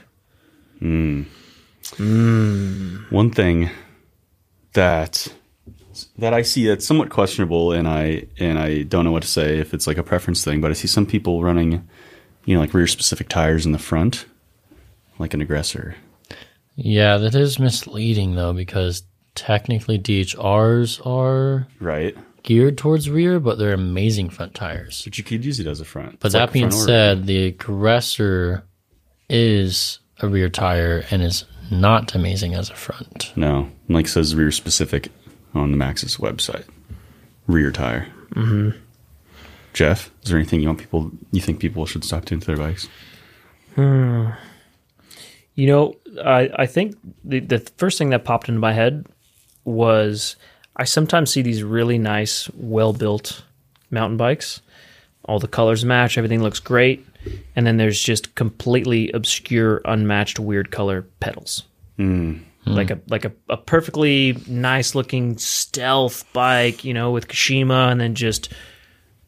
One thing that that I see that's somewhat questionable, and I and I don't know what to say if it's like a preference thing, but I see some people running, you know, like rear specific tires in the front, like an aggressor. Yeah, that is misleading though, because technically DHRs are Right. geared towards rear, but they're amazing front tires. But you could use it as a front. But It's that like a being front order. said, the aggressor is a rear tire and is not amazing as a front. No. Like says rear specific on the Maxis website. Rear tire. Mm-hmm. Jeff, is there anything you want people you think people should stop doing to their bikes? You know, I, I think the, the first thing that popped into my head was I sometimes see these really nice, well built mountain bikes. All the colors match, everything looks great. And then there's just completely obscure, unmatched, weird color pedals. Like a like a, a perfectly nice looking stealth bike, you know, with Kashima and then just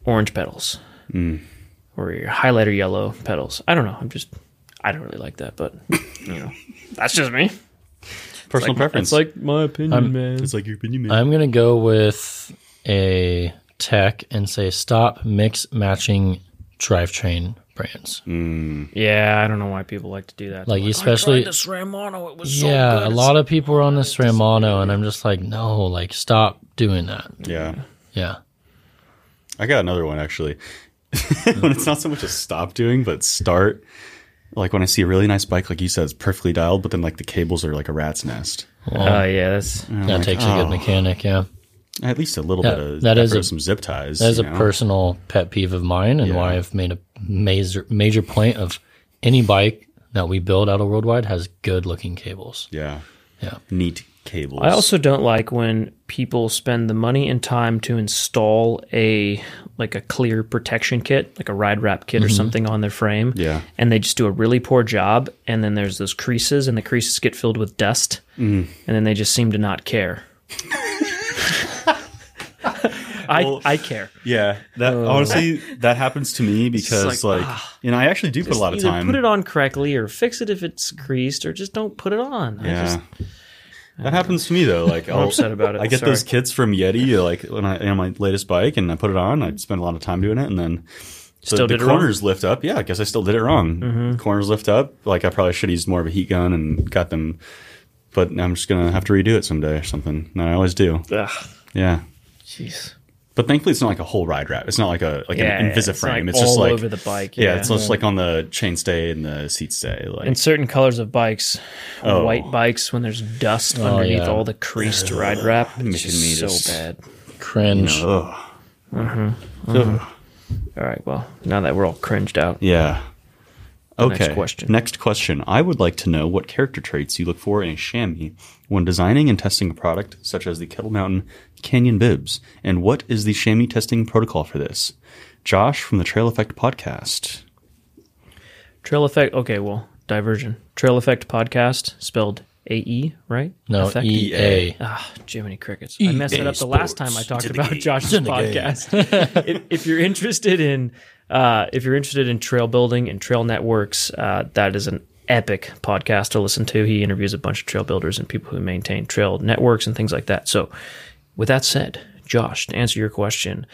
orange pedals. Or your highlighter yellow pedals. I don't know. I'm just I don't really like that, but you know. That's just me. Personal preference. It's like my opinion, man. it's like your opinion, man. I'm going to go with a tech and say stop mix matching drivetrain brands. Yeah, I don't know why people like to do that. Like, especially. Ramano, it was yeah, a lot of people are on this Ramano, and I'm just like, no, like, stop doing that. yeah. Yeah. I got another one actually. when it's not so much a stop doing, but start. Like when I see a really nice bike, like you said, it's perfectly dialed, but then like the cables are like a rat's nest. Oh yeah, that's that takes a good mechanic. Yeah. At least a little Yeah, bit of that is effort, a- some zip ties. That is you a know? personal pet peeve of mine, and why I've made a major major point of any bike that we build out of worldwide has good looking cables. Yeah. Yeah. Neat cables. I also don't like when people spend the money and time to install a like a clear protection kit, like a ride wrap kit or Mm-hmm. something on their frame. Yeah. And they just do a really poor job and then there's those creases and the creases get filled with dust and then they just seem to not care. I I care. Yeah. That Uh, honestly that happens to me because like, like, you know, I actually do put a lot of Either time. put it on correctly or fix it if it's creased or just don't put it on. I yeah. just that happens to me though. Like i I'm upset about it. I get Sorry. those kits from Yeti, like when I on my latest bike, and I put it on. I spend a lot of time doing it, and then the, Still the did it wrong? Mm-hmm. corners lift up. Yeah, I guess I still did it wrong. Corners lift up. Like I probably should have used more of a heat gun and got them. But I'm just gonna have to redo it someday or something. No, I always do. Ugh. Yeah, Jeez. but thankfully it's not like a whole ride wrap. It's not like a like Yeah, an yeah, Invisiframe. It's, it's not, like, just all like over the bike, Yeah, yeah. it's just like on the chain stay and the seat stay. Like And certain colors of bikes, Oh. white bikes, when there's dust underneath yeah. all the creased ride wrap, it's making me just so just- bad. Cringe. ugh. All right, well, now that we're all cringed out, yeah. the next question. Next question. I would like to know what character traits you look for in a chamois when designing and testing a product such as the Kettle Mountain Canyon Bibs, and what is the chamois testing protocol for this? Josh from the Trail Effect podcast. Trail Effect. Okay, well, diversion. Trail Effect podcast spelled A E, right? No, Effect? E A. Ah, Jiminy Crickets. I messed it up the last time I talked to the about game. Josh's podcast. if, if you're interested in uh, if you're interested in trail building and trail networks, uh, that is an epic podcast to listen to. He interviews a bunch of trail builders and people who maintain trail networks and things like that. So, with that said, Josh, to answer your question,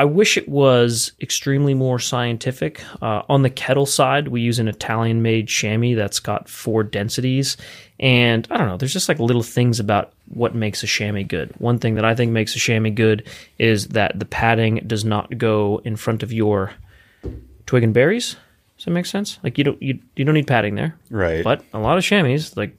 I wish it was extremely more scientific. Uh, on the kettle side, we use an Italian made chamois that's got four densities. And I don't know, there's just like little things about what makes a chamois good. One thing that I think makes a chamois good is that the padding does not go in front of your twig and berries. Does that make sense? Like you don't you, you don't need padding there. Right. But a lot of chamois like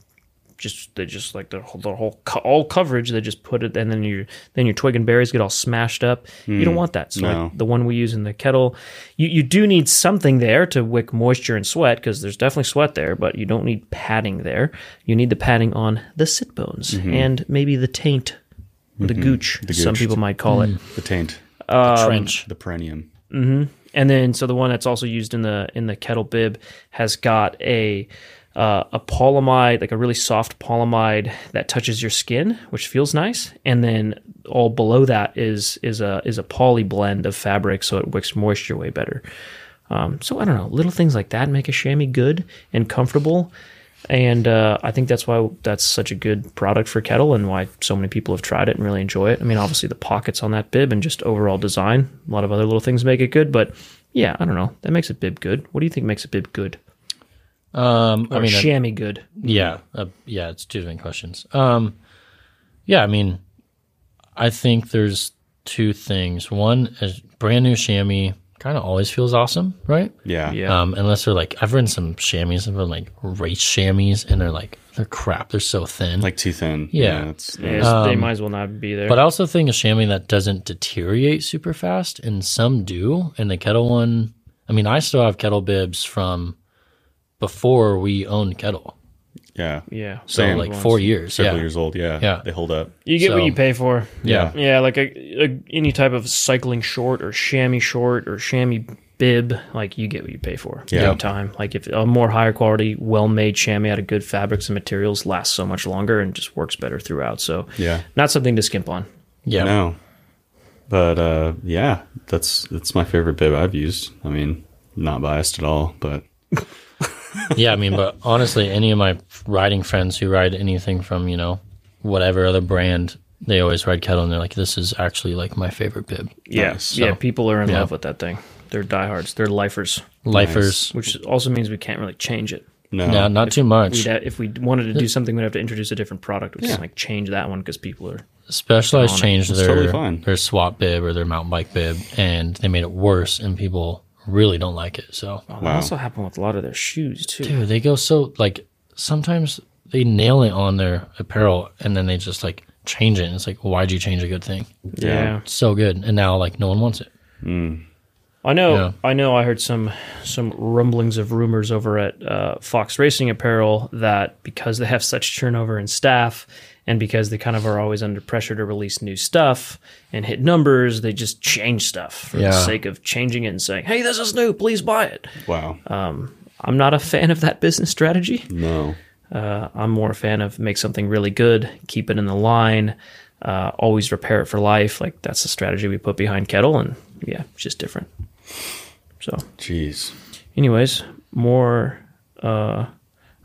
just they just like their whole, their whole co- all coverage they just put it and then your then your twig and berries get all smashed up. you don't want that. So Hmm. no. like the one we use in the kettle, you you do need something there to wick moisture and sweat because there's definitely sweat there, but you don't need padding there. You need the padding on the sit bones Mm-hmm. and maybe the taint, or the gooch. Some gooch. people might call it. The taint, Trench. the perennium. and then so the one that's also used in the in the kettle bib has got a uh, a polyamide like a really soft polyamide that touches your skin which feels nice and then all below that is is a is a poly blend of fabric so it wicks moisture way better um, so i don't know little things like that make a chamois good and comfortable and uh, I think that's why that's such a good product for kettle, and why so many people have tried it and really enjoy it. I mean, obviously the pockets on that bib and just overall design, a lot of other little things make it good. But yeah, I don't know. That makes a bib good. What do you think makes a bib good? Um, I Or mean, a- chamois good. Yeah, uh, yeah, it's two different questions. Um, yeah, I mean, I think there's two things. One is brand new chamois kind of always feels awesome, right? Yeah. Yeah. Um, unless they're like, I've ridden some chamois, I've ridden like race chamois, and they're like, they're crap, they're so thin. Like too thin. Yeah. that's, Yes, they might as well not be there. um, but I also think a chamois that doesn't deteriorate super fast, and some do. And the kettle one, I mean, I still have kettle bibs from before we owned kettle, yeah. yeah, so Same. like four years, Several yeah. years old. Yeah. Yeah. They hold up. you get so- what you pay for. Yeah. Yeah, like a, a, any type of cycling short or chamois short or chamois bib, like you get what you pay for. Yeah. Big time. Like if a more higher quality, well made chamois out of good fabrics and materials lasts so much longer and just works better throughout. So Yeah. not something to skimp on. Yeah, No. But uh, yeah, that's that's my favorite bib I've used. I mean, not biased at all, but yeah, I mean, but honestly, any of my riding friends who ride anything from you know whatever other brand, they always ride kettle, and they're like, "This is actually like my favorite bib." Yeah. Nice. Yeah. People are in love with that thing. They're diehards. They're lifers, Lifers, which also means we can't really change it. no. no, not too much. We'd ha- if we wanted to do something, we'd have to introduce a different product, which is like change that one because people are. Specialized changed their totally fine. their swap bib or their mountain bike bib, and they made it worse, and people really don't like it. So, Oh, That also happened with a lot of their shoes too. dude, they go so like sometimes they nail it on their apparel, and then they just like change it, and it's like, why'd you change a good thing? yeah. It's so good, and now like no one wants it. I know, Yeah. I know. I heard some some rumblings of rumors over at uh, Fox Racing Apparel that because they have such turnover in staff, and because they kind of are always under pressure to release new stuff and hit numbers, they just change stuff for Yeah. the sake of changing it and saying, "Hey, this is new. Please buy it." Wow. Uh, I'm not a fan of that business strategy. no. Uh, I'm more a fan of make something really good, keep it in the line, uh, always repair it for life. Like that's the strategy we put behind Kettle, and yeah, it's just different. So. Jeez. Anyways, more. Uh,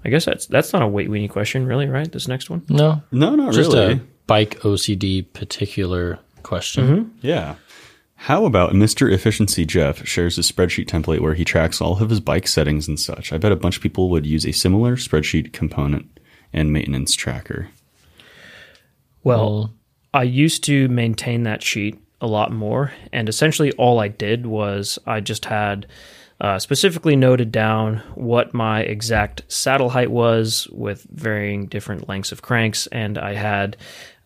I guess that's that's not a weight weenie question, really, right? This next one. No, No, not just uh, really. a bike OCD particular question. Yeah. How about Mr. Efficiency Jeff shares his spreadsheet template where he tracks all of his bike settings and such? I bet a bunch of people would use a similar spreadsheet component and maintenance tracker. Well, I used to maintain that sheet a lot more, and essentially all I did was I just had uh, specifically noted down what my exact saddle height was with varying different lengths of cranks. And I had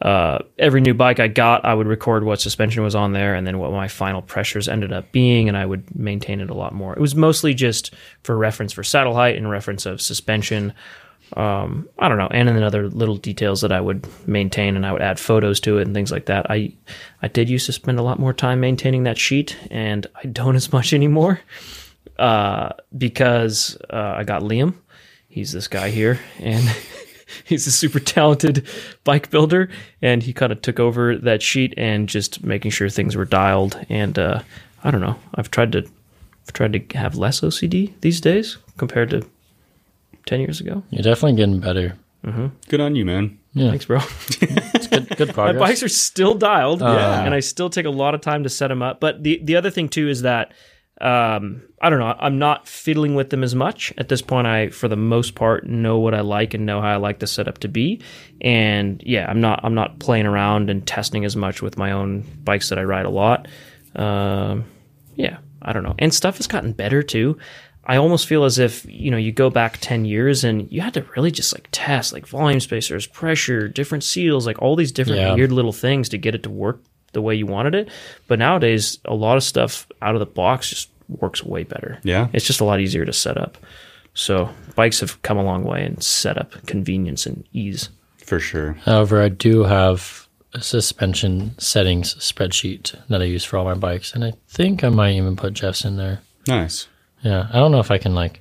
uh, every new bike I got, I would record what suspension was on there and then what my final pressures ended up being. And I would maintain it a lot more. It was mostly just for reference for saddle height and reference of suspension. Um, I don't know, and then other little details that I would maintain, and I would add photos to it and things like that. I, I did used to spend a lot more time maintaining that sheet, and I don't as much anymore uh, because uh, I got Liam. He's this guy here, and he's a super talented bike builder, and he kind of took over that sheet and just making sure things were dialed. And uh, I don't know. I've tried to, I've tried to have less OCD these days compared to ten years ago. You're definitely getting better. Good on you, man. Yeah, Thanks, bro. it's good, good My progress. bikes are still dialed, Yeah. and I still take a lot of time to set them up. But the the other thing too is that um, I don't know. I'm not fiddling with them as much at this point. I, for the most part, know what I like and know how I like the setup to be. And yeah, I'm not I'm not playing around and testing as much with my own bikes that I ride a lot. Um, yeah, I don't know. And stuff has gotten better too. I almost feel as if, you know, you go back 10 years and you had to really just like test like volume spacers, pressure, different seals, like all these different Yeah. weird little things to get it to work the way you wanted it. But nowadays, a lot of stuff out of the box just works way better. Yeah. It's just a lot easier to set up. So bikes have come a long way in setup, convenience, and ease. For sure. However, I do have a suspension settings spreadsheet that I use for all my bikes, and I think I might even put Jeff's in there. Nice. Yeah, I don't know if I can like.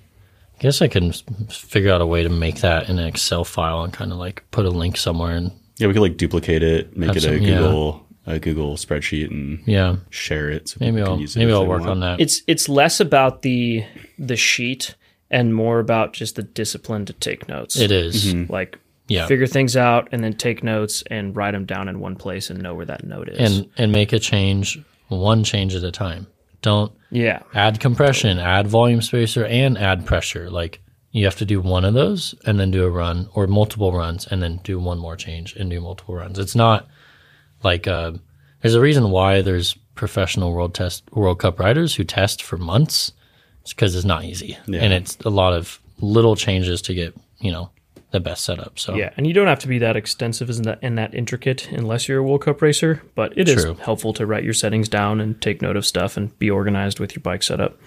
I guess I can s- figure out a way to make that in an Excel file and kind of like put a link somewhere and Yeah, we could like duplicate it, make Have it a some- yeah. Google a Google spreadsheet, and yeah. share it. So Maybe people can I'll use it maybe if I'll they work want. on that. It's it's less about the the sheet and more about just the discipline to take notes. Mm-hmm. It is. Mm-hmm. like Yeah. figure things out and then take notes and write them down in one place and know where that note is. and and make a change one change at a time don't yeah, add compression add volume spacer and add pressure like you have to do one of those and then do a run or multiple runs and then do one more change and do multiple runs it's not like uh, there's a reason why there's professional world test world cup riders who test for months it's because it's not easy Yeah. and it's a lot of little changes to get you know the best setup so yeah, and you don't have to be that extensive and that and that intricate unless you're a World Cup racer. But it is True. helpful to write your settings down and take note of stuff and be organized with your bike setup.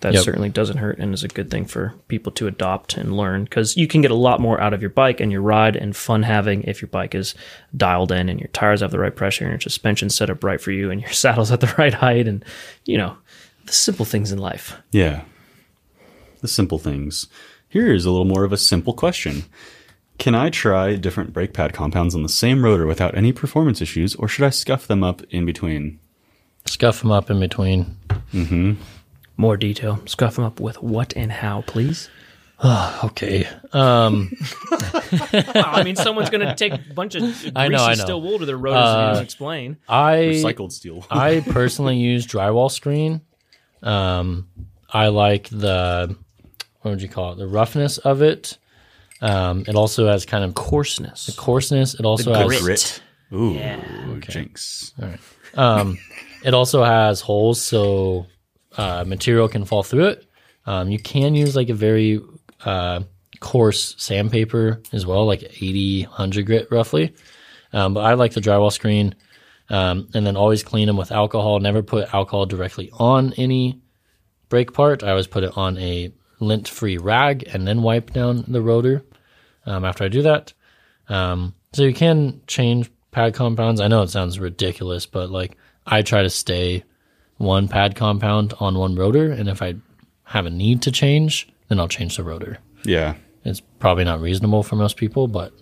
That Yep. certainly doesn't hurt and is a good thing for people to adopt and learn because you can get a lot more out of your bike and your ride and fun having if your bike is dialed in and your tires have the right pressure and your suspension set up right for you and your saddle's at the right height and you know the simple things in life. Yeah. The simple things. Here is a little more of a simple question. Can I try different brake pad compounds on the same rotor without any performance issues, or should I scuff them up in between? scuff them up in between More detail. Scuff them up with what and how, please. okay I mean, someone's going to take a bunch of greasy I know, Uh, I know. steel wool to their rotors and just explain. i Recycled steel. Eh, I personally use drywall screen. Um, I like the what would you call it? The roughness of it. Um, it also has kind of Coarseness. coarseness. It also has grit. Ooh, jinx. it also has holes so uh, material can fall through it. Um, you can use like a very uh, coarse sandpaper as well, like 80, 100 grit roughly. Um, but I like the drywall screen. Um, and then always clean them with alcohol. Never put alcohol directly on any brake part. I always put it on a lint free rag and then wipe down the rotor um, after I do that. Um, so you can change pad compounds. I know it sounds ridiculous, but like I try to stay one pad compound on one rotor, and if I have a need to change, then I'll change the rotor. Yeah. It's probably not reasonable for most people, but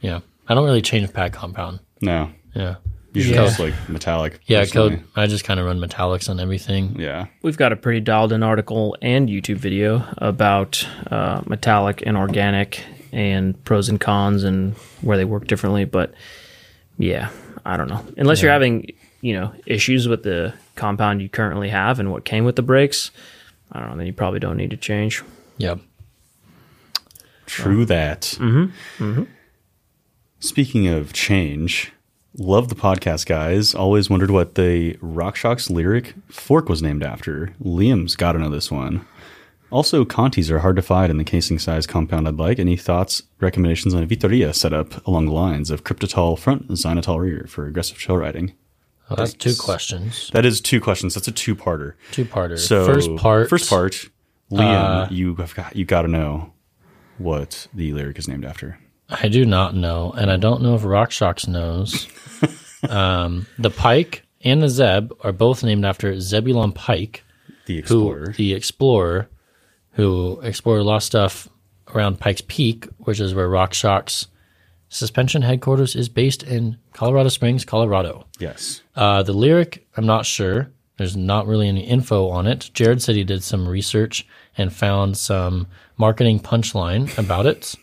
yeah, I don't really change pad compound. No. Yeah, Usually Yeah. just like metallic. yeah, personally. code. I just kind of run metallics on everything. Yeah. We've got a pretty dialed in article and YouTube video about uh, metallic and organic and pros and cons and where they work differently. But yeah, I don't know. Unless you're having, you know, issues with the compound you currently have and what came with the brakes, I don't know, then you probably don't need to change. Yeah, Mm-hmm. True that. Mm-hmm. Speaking of change, Love the podcast, guys. Always wondered what the RockShox lyric fork was named after. Liam's got to know this one. Also, Contis are hard to find in the casing size compound I'd like. Any thoughts, recommendations on a Vitoria setup along the lines of Cryptotol front and Xylitol rear for aggressive shell riding? Well, that's two questions, That is two questions. That's a two-parter. two parter. So first part, first part, Liam, Uh, you have got you got to know what the lyric is named after. I do not know, and I don't know if RockShox knows. um, the Pike and the Zeb are both named after Zebulon Pike, The who explorer. the explorer, who explored a lot of stuff around Pike's Peak, which is where RockShox suspension headquarters is based in Colorado Springs, Colorado. yes. Uh, the lyric, I'm not sure. There's not really any info on it. Jared said he did some research and found some marketing punchline about it.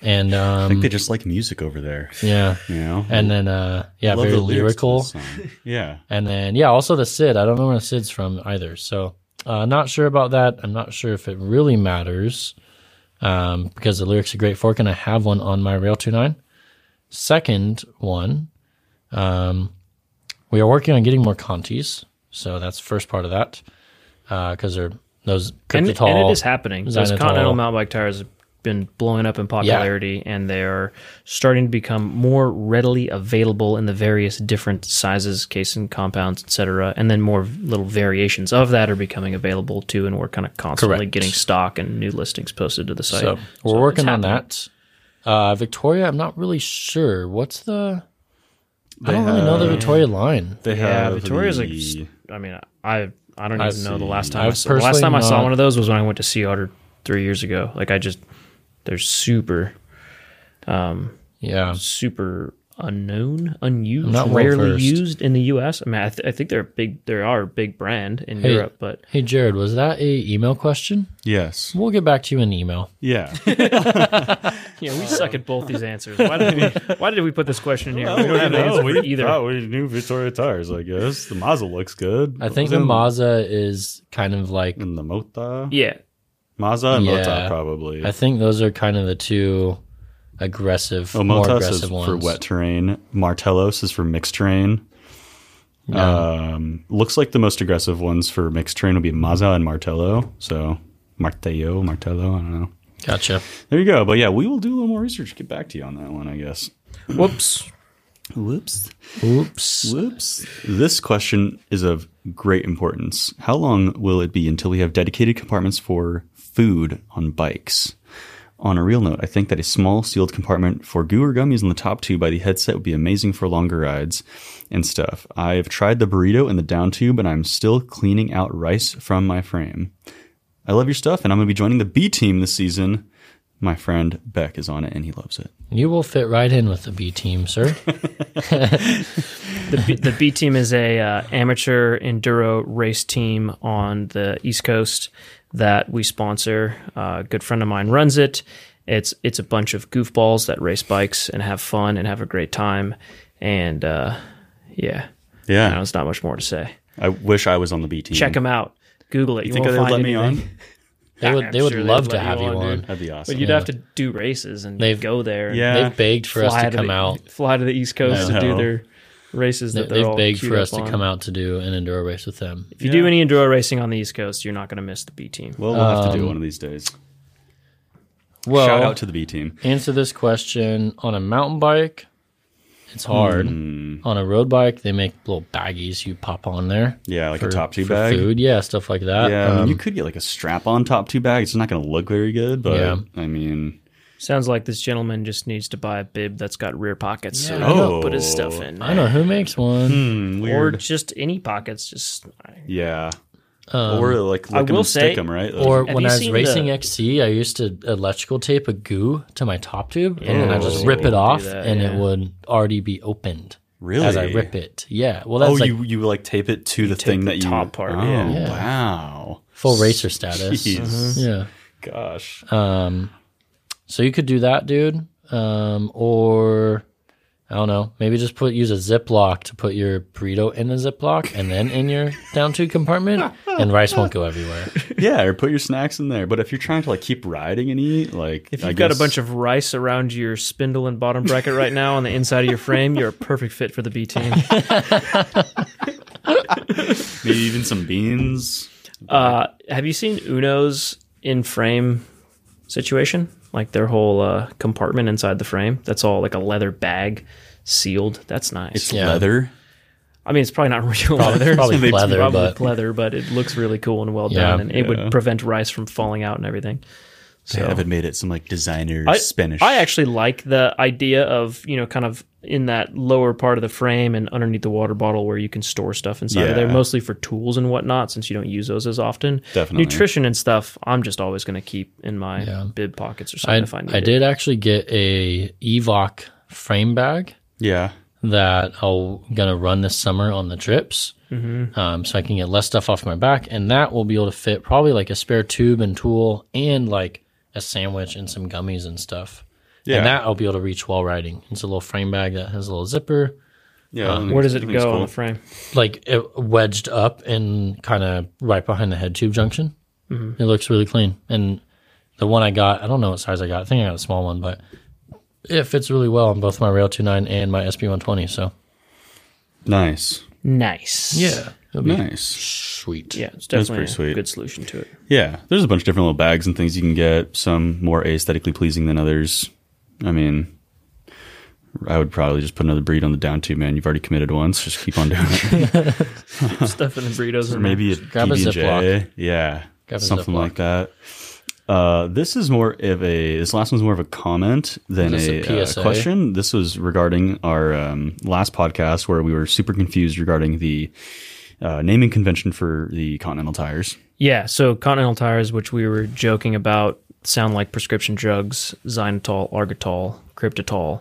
And I think um, they just like music over there. yeah, You know. and then uh, yeah, Love very the lyrics to lyrical. this song. Yeah. And then yeah, also the Sid. I don't know where the Sid's from either. So uh, not sure about that. I'm not sure if it really matters um, because the lyrics are great fork, and I have one on my Rail 29. Second one, um, we are working on getting more Contis. So that's first part of that because they're those And, cryptitol. and it is happening. Those Xylitol. Continental mountain bike tires have been blowing up in popularity, and they are starting to become more readily available in the various different sizes, casing compounds, etc. And then more little variations of that are becoming available too. And we're kind of constantly Correct. getting stock and new listings posted to the site. So we're it's working on happening. that. Uh, Victoria, I'm not really sure. What's the? I don't really know the Victoria line. They Yeah, have Victoria's the- like. s- I mean, I I don't even know the last time. I I've saw, the last personally time I saw not- one of those was when I went to Sea Otter three years ago. Like I just, they're super Yeah, super unknown, unused, Not well rarely versed. used in the U.S. I mean, I, th- I think they're a big. They are a big brand in Hey. Europe, but Hey Jared, was that a email question? Yes. We'll get back to you in email. Yeah. yeah, we suck at both these answers. Why did we? Why did we put this question in here? Oh, we don't have an answer for either. thought we knew Victoria tires, I guess. The Mazda looks good. I think the Mazda is kind of like and the Mota. Yeah, Mazda and Mota Yeah. probably. I think those are kind of the two aggressive, oh, more Mota is aggressive ones. for wet terrain. Martellos is for mixed terrain. Um, looks like the most aggressive ones for mixed terrain would be Mazda and Martello. So Martello, Martello, I don't know. Gotcha. There you go. But yeah, we will do a little more research. Get back to you on that one, I guess. whoops. Whoops. Oops. Whoops. This question is of great importance. How long will it be until we have dedicated compartments for food on bikes? On a real note, I think that a small sealed compartment for goo or gummies on the top two by the headset would be amazing for longer rides and stuff. I've tried the burrito and the down tube, and I'm still cleaning out rice from my frame. I love your stuff, and I'm going to be joining the B team this season. My friend Beck is on it, and he loves it. You will fit right in with the B team, sir. The B, the B team is a uh, amateur enduro race team on the East Coast that we sponsor. Uh, a good friend of mine runs it. It's it's a bunch of goofballs that race bikes and have fun and have a great time. And uh, yeah, Yeah. no, it's not much more to say. Hmm. I wish I think I would let me on? I would love to have you on, dude. I wish I was on the B team. Check them out. Google it. You, Think won't they'd find let me anything. on? They would. I'm they would sure they'd love let to you have you on, on. dude. That'd be awesome. But you'd have to do races and They've- go there. And Yeah. They begged for us fly to come the, out. Fly to the East Coast to do know. their races. They, That they're they've all begged queued for us up to on. come out to do an indoor race with them. If you do any enduro racing on the East Coast, you're not going to miss the B team. Well, we'll have to do it one of these days. Well, Shout out to the B team. answer this question on a mountain bike. It's hard. Hmm. On a road bike, they make little baggies you pop on there. Yeah, like a for- top two for bag. Food, yeah, stuff like that. Yeah, I mean, Um, you could get like a strap on top two bag. It's not going to look very good, but Yeah. I mean, Sounds like this gentleman just needs to buy a bib that's got rear pockets so he Yeah. can Oh. put his stuff in. I know who makes one. hmm, Or weird. just any pockets. Just I- yeah. or like Um, I lick 'em will and stick say- 'em, right? Or Have when you I was seen racing the- XC, I used to electrical tape a goo to my top tube, and then I just Oh. rip it off, Do that, and it yeah. would already be opened really? as I rip it. Yeah, well, Oh, that's like you you like tape it to the tape thing the that you top part, Oh, yeah. Yeah. wow. full racer status. Jeez. uh-huh. Yeah. Gosh. Um, so you could do that, dude. Um, or I don't know. Maybe just put use a Ziploc to put your burrito in a Ziploc and then in your down tube compartment, and rice won't go everywhere. Yeah, or put your snacks in there. But if you're trying to like keep riding and eat, like If you've got a bunch of rice around your spindle and bottom bracket right now on the inside of your frame, you're a perfect fit for the B team. maybe even some beans, Uh, have you seen Uno's in frame situation? Like their whole uh, compartment inside the frame? That's all like a leather bag sealed. That's nice. it's Yeah. leather. I mean, it's probably not real leather. Probably, probably They- leather, probably but leather, but it looks really cool and well Yeah. done, and it Yeah. would prevent rice from falling out and everything. They haven't made it some like designer I, Spanish. I actually like the idea of you know kind of in that lower part of the frame and underneath the water bottle where you can store stuff inside of there, Yeah. mostly for tools and whatnot, since you don't use those as often. Definitely. nutrition and stuff. I'm just always going to keep in my Yeah. bib pockets or something I, if I need I it. did actually get a Evoc frame bag yeah, that I'm gonna run this summer on the trips, mm-hmm. um, so I can get less stuff off my back, and that will be able to fit probably like a spare tube and tool, and like a sandwich and some gummies and stuff. yeah, And that I'll be able to reach while riding. It's a little frame bag that has a little zipper, yeah. I think Uh, Where it's- does I it think it's go on cool. the frame? like it wedged up and kind of right behind the head tube junction. It looks really clean. And the one I got, I don't know what size I got. I think I got a small one, but it fits really well on both my Rail 29 and my SB120. So Nice, Nice. yeah, it'll be nice. sweet. yeah, it's That's definitely pretty sweet. a good solution to it. Yeah, there's a bunch of different little bags and things you can get. Some more aesthetically pleasing than others. I mean, I would probably just put another breed on the down tube, man. You've already committed once. Just keep on doing it. stuff in the burritos Or and maybe a Grab a PB&J. Ziploc. Yeah, Grab a something Ziploc. like that. Uh, this is more of a. This last one's more of a comment than Is a, this a uh, PSA? question. This was regarding our um, last podcast where we were super confused regarding the uh, naming convention for the Continental tires. Yeah, so Continental tires, which we were joking about, sound like prescription drugs: Xylitol, Argitol, Cryptitol.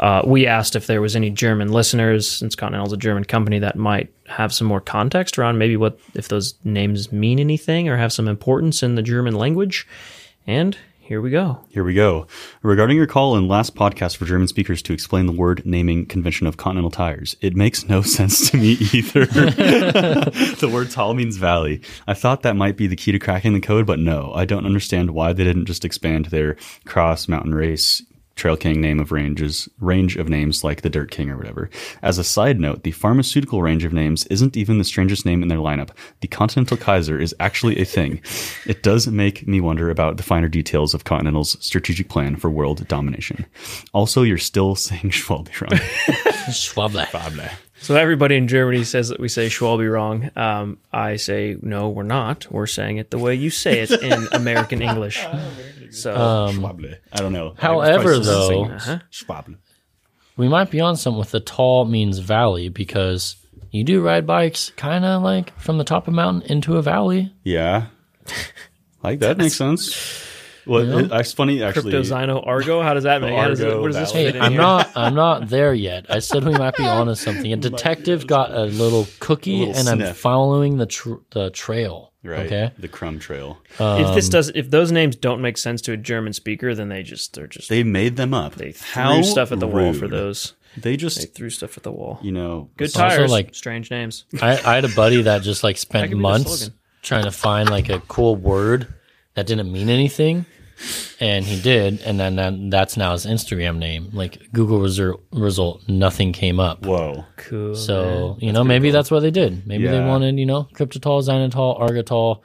Uh, we asked if there was any German listeners, since Continental's a German company, that might have some more context around maybe what if those names mean anything or have some importance in the German language. And here we go. Here we go. Regarding your call in last podcast for German speakers to explain the word naming convention of continental tires, it makes no sense to me either. the word tall means valley. I thought that might be the key to cracking the code, but no, I don't understand why they didn't just expand their cross mountain race Trail King name of ranges, range of names like the Dirt King or whatever. As a side note, the pharmaceutical range of names isn't even the strangest name in their lineup. The Continental Kaiser is actually a thing. It does make me wonder about the finer details of Continental's strategic plan for world domination. Also, you're still saying Schwalbe wrong. Schwabla. So everybody in Germany says that we say Schwalbe wrong. Um, I say no, we're not. We're saying it the way you say it in American English. So Schwable. I don't know. Um, However, Everybody's still saying though- Uh-huh. Schwable. We might be on something with the tall means valley because you do ride bikes kind of like from the top of a mountain into a valley. Yeah. Like that makes sense. Well, it- it's funny actually. Cryptozyno Argo? How does that make? How does it, Argo, where does this Valley. fit Hey, in I'm here? not. I'm not there yet. I said we might be onto something. A detective got a little cookie, little and I'm sniff. following the tr- the trail. Right. Okay. The crumb trail. if this does, if those names don't make sense to a German speaker, then they just they're just they, They made them up. threw stuff at the wall for those. They just, They threw stuff at the wall. you know, Good also tires, like- like strange names. I, I had a buddy that just like spent could be the months slogan. trying to find like a cool word that didn't mean anything, and he did, and then that, that's now his Instagram name. Like Google result, result nothing came up. Oh, Whoa. Cool. So you know maybe that's what they did. Maybe they Yeah. wanted you know Cryptitol, Xylitol, Argitol.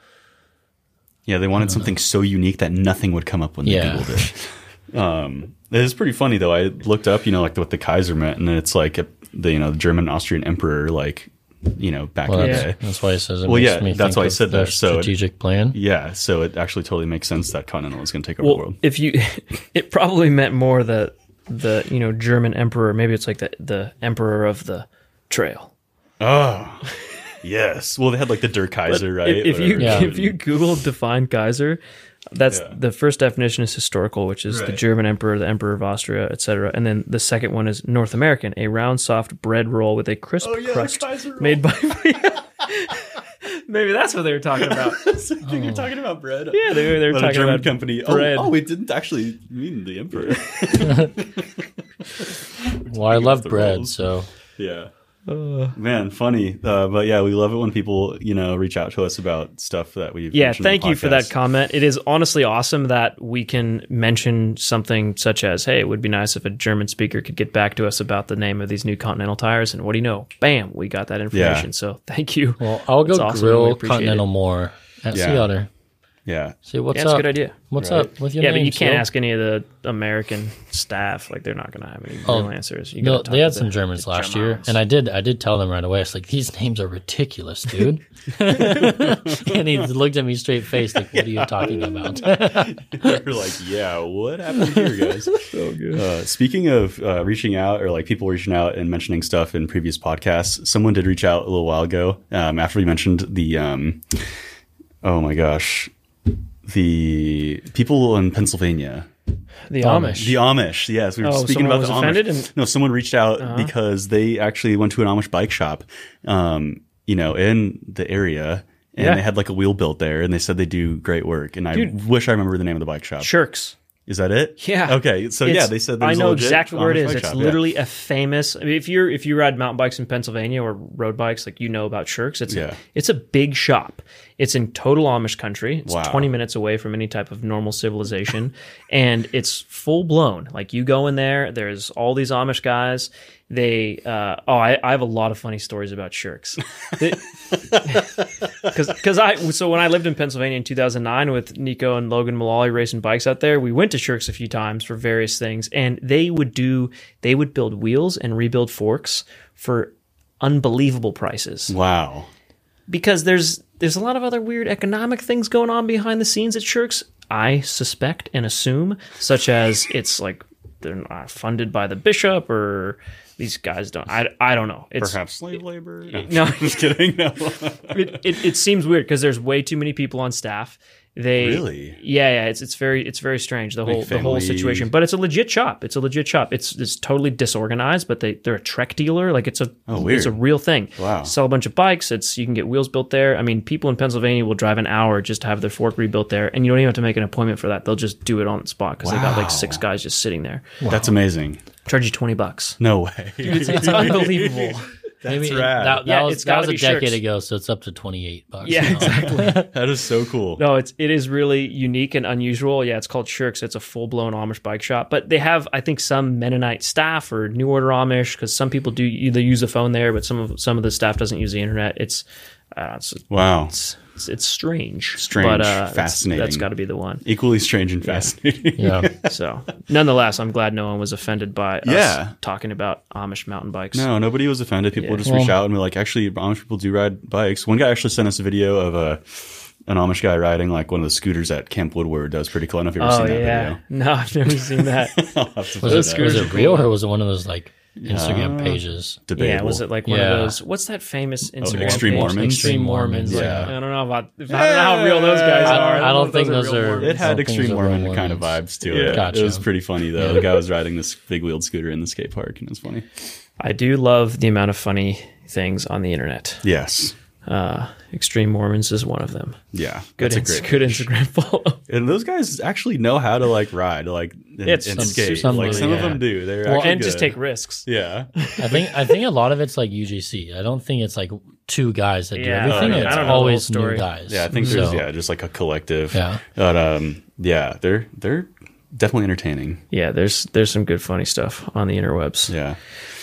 Yeah, they wanted something so unique that nothing would come up when they Yeah. Googled it. Um, it's pretty funny though. I looked up, you know, like what the Kaiser meant, and it's like a, the you know the German Austrian emperor, like you know back Well, in the that's, day. that's why it says. It Well, makes yeah, me that's think why I of said their that, so it- strategic plan. Yeah, so it actually totally makes sense that Continental is going to take over the well, world. if you, it probably meant more the the you know German emperor. Maybe it's like the the emperor of the trail. Oh, yes. Well, they had like the Der Kaiser, right? If, if you Whatever. Yeah. if you Google define Kaiser, that's Yeah. the first definition is historical, which is the Right. German emperor, the emperor of Austria, etc. And then the second one is North American, a round, soft bread roll with a crisp Oh, yeah, the crust Kaiser roll. made by. Maybe that's what they were talking about. So you think you're talking about bread. Oh. Yeah, they were, they were But a talking German about company. bread. Oh, oh, it didn't actually mean the emperor. Well, I love the bread, rules. so Yeah. Man, funny. Uh, but yeah, we love it when people, you know, reach out to us about stuff that we've Yeah, mentioned on the thank you for that podcast. comment. It is honestly awesome that we can mention something such as, "Hey, it would be nice if a German speaker could get back to us about the name of these new Continental tires." And what do you know? Bam, we got that information. So thank you. well, I'll go That's awesome, we grill appreciate Continental it. more at Sea Yeah. Otter. Yeah. See what's Yeah, that's up. a good idea. What's up with your yeah, name? but you can't Seal? ask any of the American staff; like they're not going to have any real Oh, answers. You No, gotta talk they to had the- some Germans the last year, Germans. and I did. I did tell them right away. I was like, "These names are ridiculous, dude." and he looked at me straight faced, like, "What are you talking about?" You're like, yeah, what happened here, guys? so good. Uh, speaking of uh, reaching out or like people reaching out and mentioning stuff in previous podcasts, someone did reach out a little while ago um, after we mentioned the, um, oh my gosh, the people in Pennsylvania. the Amish. The Amish, yes. We were Oh, speaking someone about was the offended Amish. and- Uh-huh. No, someone reached out because they actually went to an Amish bike shop, um, you know, in the area, and Yeah. they had like a wheel built there, and they said they do great work. And I wish I remember the name of the bike shop. Shirks. Is that it? Yeah. Okay. So yeah, It's- they said I there's a know legit exactly where it Amish is. bike It's shop, yeah. literally a famous. I mean, if you're if you ride mountain bikes in Pennsylvania or road bikes, like you know about Shirks, it's Yeah. a, it's a big shop. It's in total Amish country. It's Wow. 20 minutes away from any type of normal civilization, and it's full blown. Like you go in there, there's all these Amish guys. They uh, oh, I, I have a lot of funny stories about Shirks. They- because because I so when I lived in Pennsylvania in 2009 with Nico and Logan Mullally racing bikes out there, we went to Shirks a few times for various things, and they would do they would build wheels and rebuild forks for unbelievable prices Wow. because there's there's a lot of other weird economic things going on behind the scenes at Shirks. I suspect and assume, such as it's like they're not funded by the bishop or these guys don't. I, I don't know. It's Perhaps slave labor. No, no. just kidding. No. it, it, it seems weird because there's way too many people on staff. They Really? yeah yeah it's it's very it's very strange the whole the family. whole situation. But it's a legit shop. It's a legit shop. It's it's totally disorganized, but they they're a Trek dealer. Like it's a Oh, weird. it's a real thing. Wow. Sell a bunch of bikes. It's you can get wheels built there. I mean, people in Pennsylvania will drive an hour just to have their fork rebuilt there, and you don't even have to make an appointment for that. They'll just do it on the spot because they got Wow. like six guys just sitting there. That's amazing. Charge you twenty bucks. No way. It's unbelievable. Maybe rad. that, that Yeah, was, it's that gotta was a be decade shirts. ago, so it's up to twenty eight bucks. Yeah, now. exactly. that is so cool. No, it's it is really unique and unusual. Yeah, it's called Shirks. It's a full blown Amish bike shop, but they have I think some Mennonite staff or New Order Amish because some people do either use the phone there, but some of some of the staff doesn't use the internet. It's uh, it's, Wow. it's it's it's strange, Strange, but uh, it's- fascinating. That's got to be the one. Equally strange and fascinating. yeah. So, nonetheless, I'm glad no one was offended by Yeah. us talking about Amish mountain bikes. No, nobody was offended. People would just reach out and be like, actually, Amish people do ride bikes. One guy actually sent us a video of a an Amish guy riding like one of the scooters at Camp Woodward. That was pretty cool. I don't know if you've ever Oh seen that yeah, no, I've never seen that. video. I'll have to Was put it, that. was it real or was it one of those like Instagram pages? Debatable. yeah, was it like one Yeah. Oh, of those? What's that famous Instagram? Extreme page? Mormons? Extreme Mormons. Yeah. Yeah. I don't know about. I don't know how real those guys I don't- are. I don't think those real are- Mormons. It had Something's extreme a real Mormon Mormon. kind of vibes to it. Gotcha. It was pretty funny though. The guy was riding this big wheeled scooter in the skate park, and it was funny. I do love the amount of funny things on the internet. Yes. Uh, Extreme Mormons is one of them. Yeah. Good, That's a Ins- great- good Instagram follow. And those guys actually know how to like ride, like and, It's and some- skate. some- like some of yeah. them do. They're actually and just good. take risks. Yeah. I think I think a lot of it's like UGC. I don't think it's like two guys that do Yeah, everything. oh, yeah. It's I don't know the whole always new story. guys. Yeah, I think there's So, yeah, just like a collective. Yeah. But um yeah, they're they're definitely entertaining. Yeah, there's there's some good funny stuff on the interwebs. Yeah.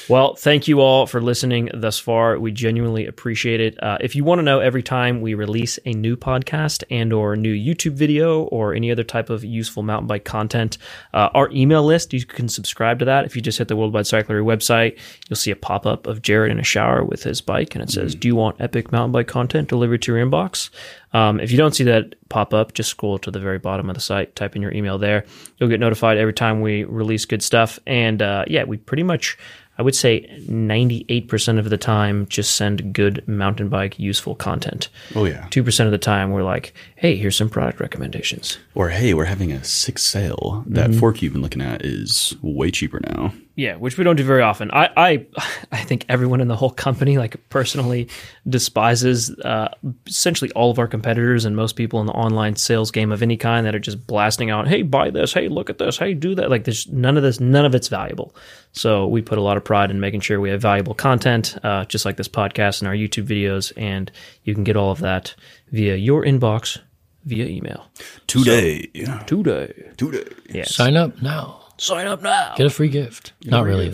Well, thank you all for listening thus far. We genuinely appreciate it. Uh, if you want to know every time we release a new podcast and or new YouTube video or any other type of useful mountain bike content, uh, our email list, you can subscribe to that. If you just hit the Worldwide Cyclery website, you'll see a pop-up of Jared in a shower with his bike and it says, do you want epic mountain bike content delivered to your inbox? Um, if you don't see that pop up, just scroll to the very bottom of the site, type in your email there. You'll get notified every time we release good stuff. And uh, yeah, we pretty much, I would say 98% of the time, just send good mountain bike useful content. Oh yeah. 2% of the time, we're like, hey, here's some product recommendations. Or hey, we're having a six sale. That fork you've been looking at is way cheaper now. Yeah, which we don't do very often. I, I, I think everyone in the whole company, like personally, despises uh, essentially all of our competitors and most people in the online sales game of any kind that are just blasting out, "Hey, buy this! Hey, look at this! Hey, do that!" Like, there's none of this. None of it's valuable. So we put a lot of pride in making sure we have valuable content, uh, just like this podcast and our YouTube videos, and you can get all of that via your inbox via email Today. today. Today. Yes. Sign up now. Sign up now. Get a free gift. Not really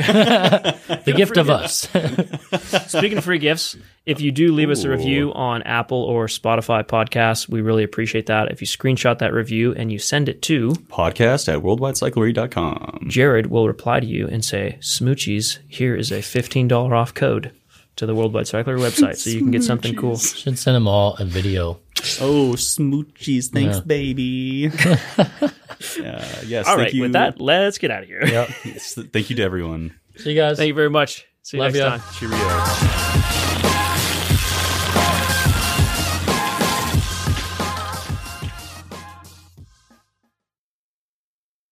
though. the gift of us. Speaking of free gifts, if you do leave us a review on Apple or Spotify podcasts, we really appreciate that. If you screenshot that review and you send it to Hmm. Podcast at worldwidecyclery.com. Jared, will reply to you and say, "Smoochies, here is a fifteen dollar off code." To the Worldwide Cycler website, so you can get something cool. Should send them all a video. Oh, smoochies. Thanks, baby. uh, yes. All thank right, you. with that, let's get out of here. Yep. Yes, thank you to everyone. See you guys. Thank you very much. See you Love next ya. time. Cheerio.